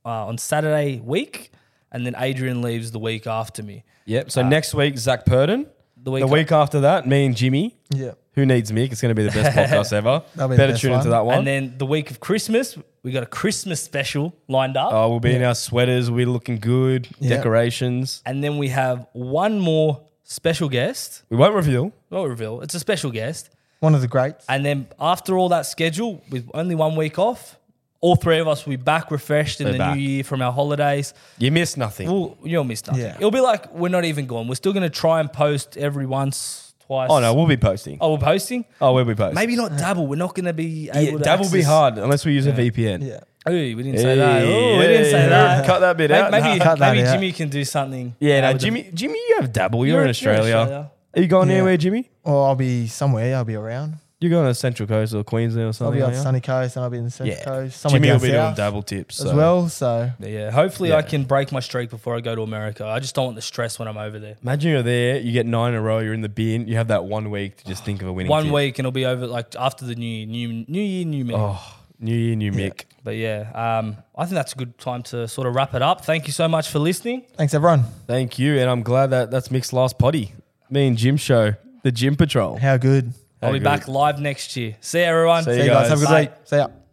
Speaker 2: uh, on Saturday week, and then Adrian leaves the week after me.
Speaker 3: Yep. So next week, Zach Purden.
Speaker 2: Uh, The week-
Speaker 3: the week after that, me and Jimmy.
Speaker 1: Yeah.
Speaker 3: Who needs Mick? It's going to be the best podcast ever.
Speaker 1: That'll be the
Speaker 3: Better
Speaker 1: best
Speaker 3: tune into
Speaker 1: one.
Speaker 3: that one.
Speaker 2: And then the week of Christmas, we got a Christmas special lined up.
Speaker 3: oh, we'll be in our sweaters. We're looking good.
Speaker 1: Yeah.
Speaker 3: Decorations.
Speaker 2: And then we have one more special guest.
Speaker 3: We won't reveal.
Speaker 2: Not reveal, it's a special guest.
Speaker 1: One of the greats.
Speaker 2: And then after all that schedule, with only one week off, all three of us will be back refreshed in
Speaker 3: We're
Speaker 2: the
Speaker 3: back.
Speaker 2: new year from our holidays.
Speaker 3: You miss nothing.
Speaker 2: We'll, you'll miss nothing.
Speaker 1: Yeah.
Speaker 2: It'll be like we're not even gone. We're still going to try and post every once, twice.
Speaker 3: oh no, we'll be posting.
Speaker 2: Oh, we're posting?
Speaker 3: Oh, we'll be posting.
Speaker 2: Maybe not double. We're not going to be able
Speaker 3: yeah,
Speaker 2: to.
Speaker 3: that will be
Speaker 2: access-
Speaker 3: hard unless we use a VPN.
Speaker 1: yeah.
Speaker 2: Ooh, we didn't say that. Ooh, we didn't say
Speaker 3: Hey,
Speaker 2: that.
Speaker 3: Cut that bit
Speaker 2: May-
Speaker 3: out.
Speaker 2: Maybe,
Speaker 3: Nah.
Speaker 1: cut that
Speaker 2: maybe
Speaker 1: out.
Speaker 2: Jimmy can do something.
Speaker 3: Yeah,
Speaker 2: uh,
Speaker 3: no,
Speaker 2: with the-
Speaker 3: Jimmy, Jimmy, you have dabble. You're,
Speaker 2: You're-
Speaker 3: in
Speaker 2: you're
Speaker 3: Australia.
Speaker 2: Australia.
Speaker 3: Are you going
Speaker 1: Yeah.
Speaker 3: anywhere, Jimmy?
Speaker 1: Or I'll be somewhere. I'll be around.
Speaker 3: You're going to Central Coast or Queensland or
Speaker 1: I'll
Speaker 3: something.
Speaker 1: be on
Speaker 3: aren't
Speaker 1: the
Speaker 3: you?
Speaker 1: sunny coast and I'll be in the central
Speaker 3: Yeah.
Speaker 1: coast. Somewhere
Speaker 3: Jimmy will
Speaker 1: down
Speaker 3: be doing
Speaker 1: south
Speaker 3: dabble tips
Speaker 1: as
Speaker 3: so.
Speaker 1: well. So
Speaker 2: Yeah, hopefully
Speaker 3: Yeah.
Speaker 2: I can break my streak before I go to America. I just don't want the stress when I'm over there.
Speaker 3: Imagine you're there, you get nine in a row, you're in the bin, you have that one week to just think of a winning.
Speaker 2: One
Speaker 3: tip.
Speaker 2: week and it'll be over like after the new year, new new year, new me.
Speaker 3: Oh, new year, new Mick.
Speaker 2: But yeah, um, I think that's a good time to sort of wrap it up. Thank you so much for listening.
Speaker 1: thanks everyone.
Speaker 3: Thank you, and I'm glad that that's Mick's last potty. Me and Jim show the Jim Patrol.
Speaker 1: How good.
Speaker 2: I'll be
Speaker 3: Hey, good.
Speaker 2: back live next year. See you everyone.
Speaker 3: See you
Speaker 1: See you guys. Have a
Speaker 3: guys.
Speaker 1: good week. See ya.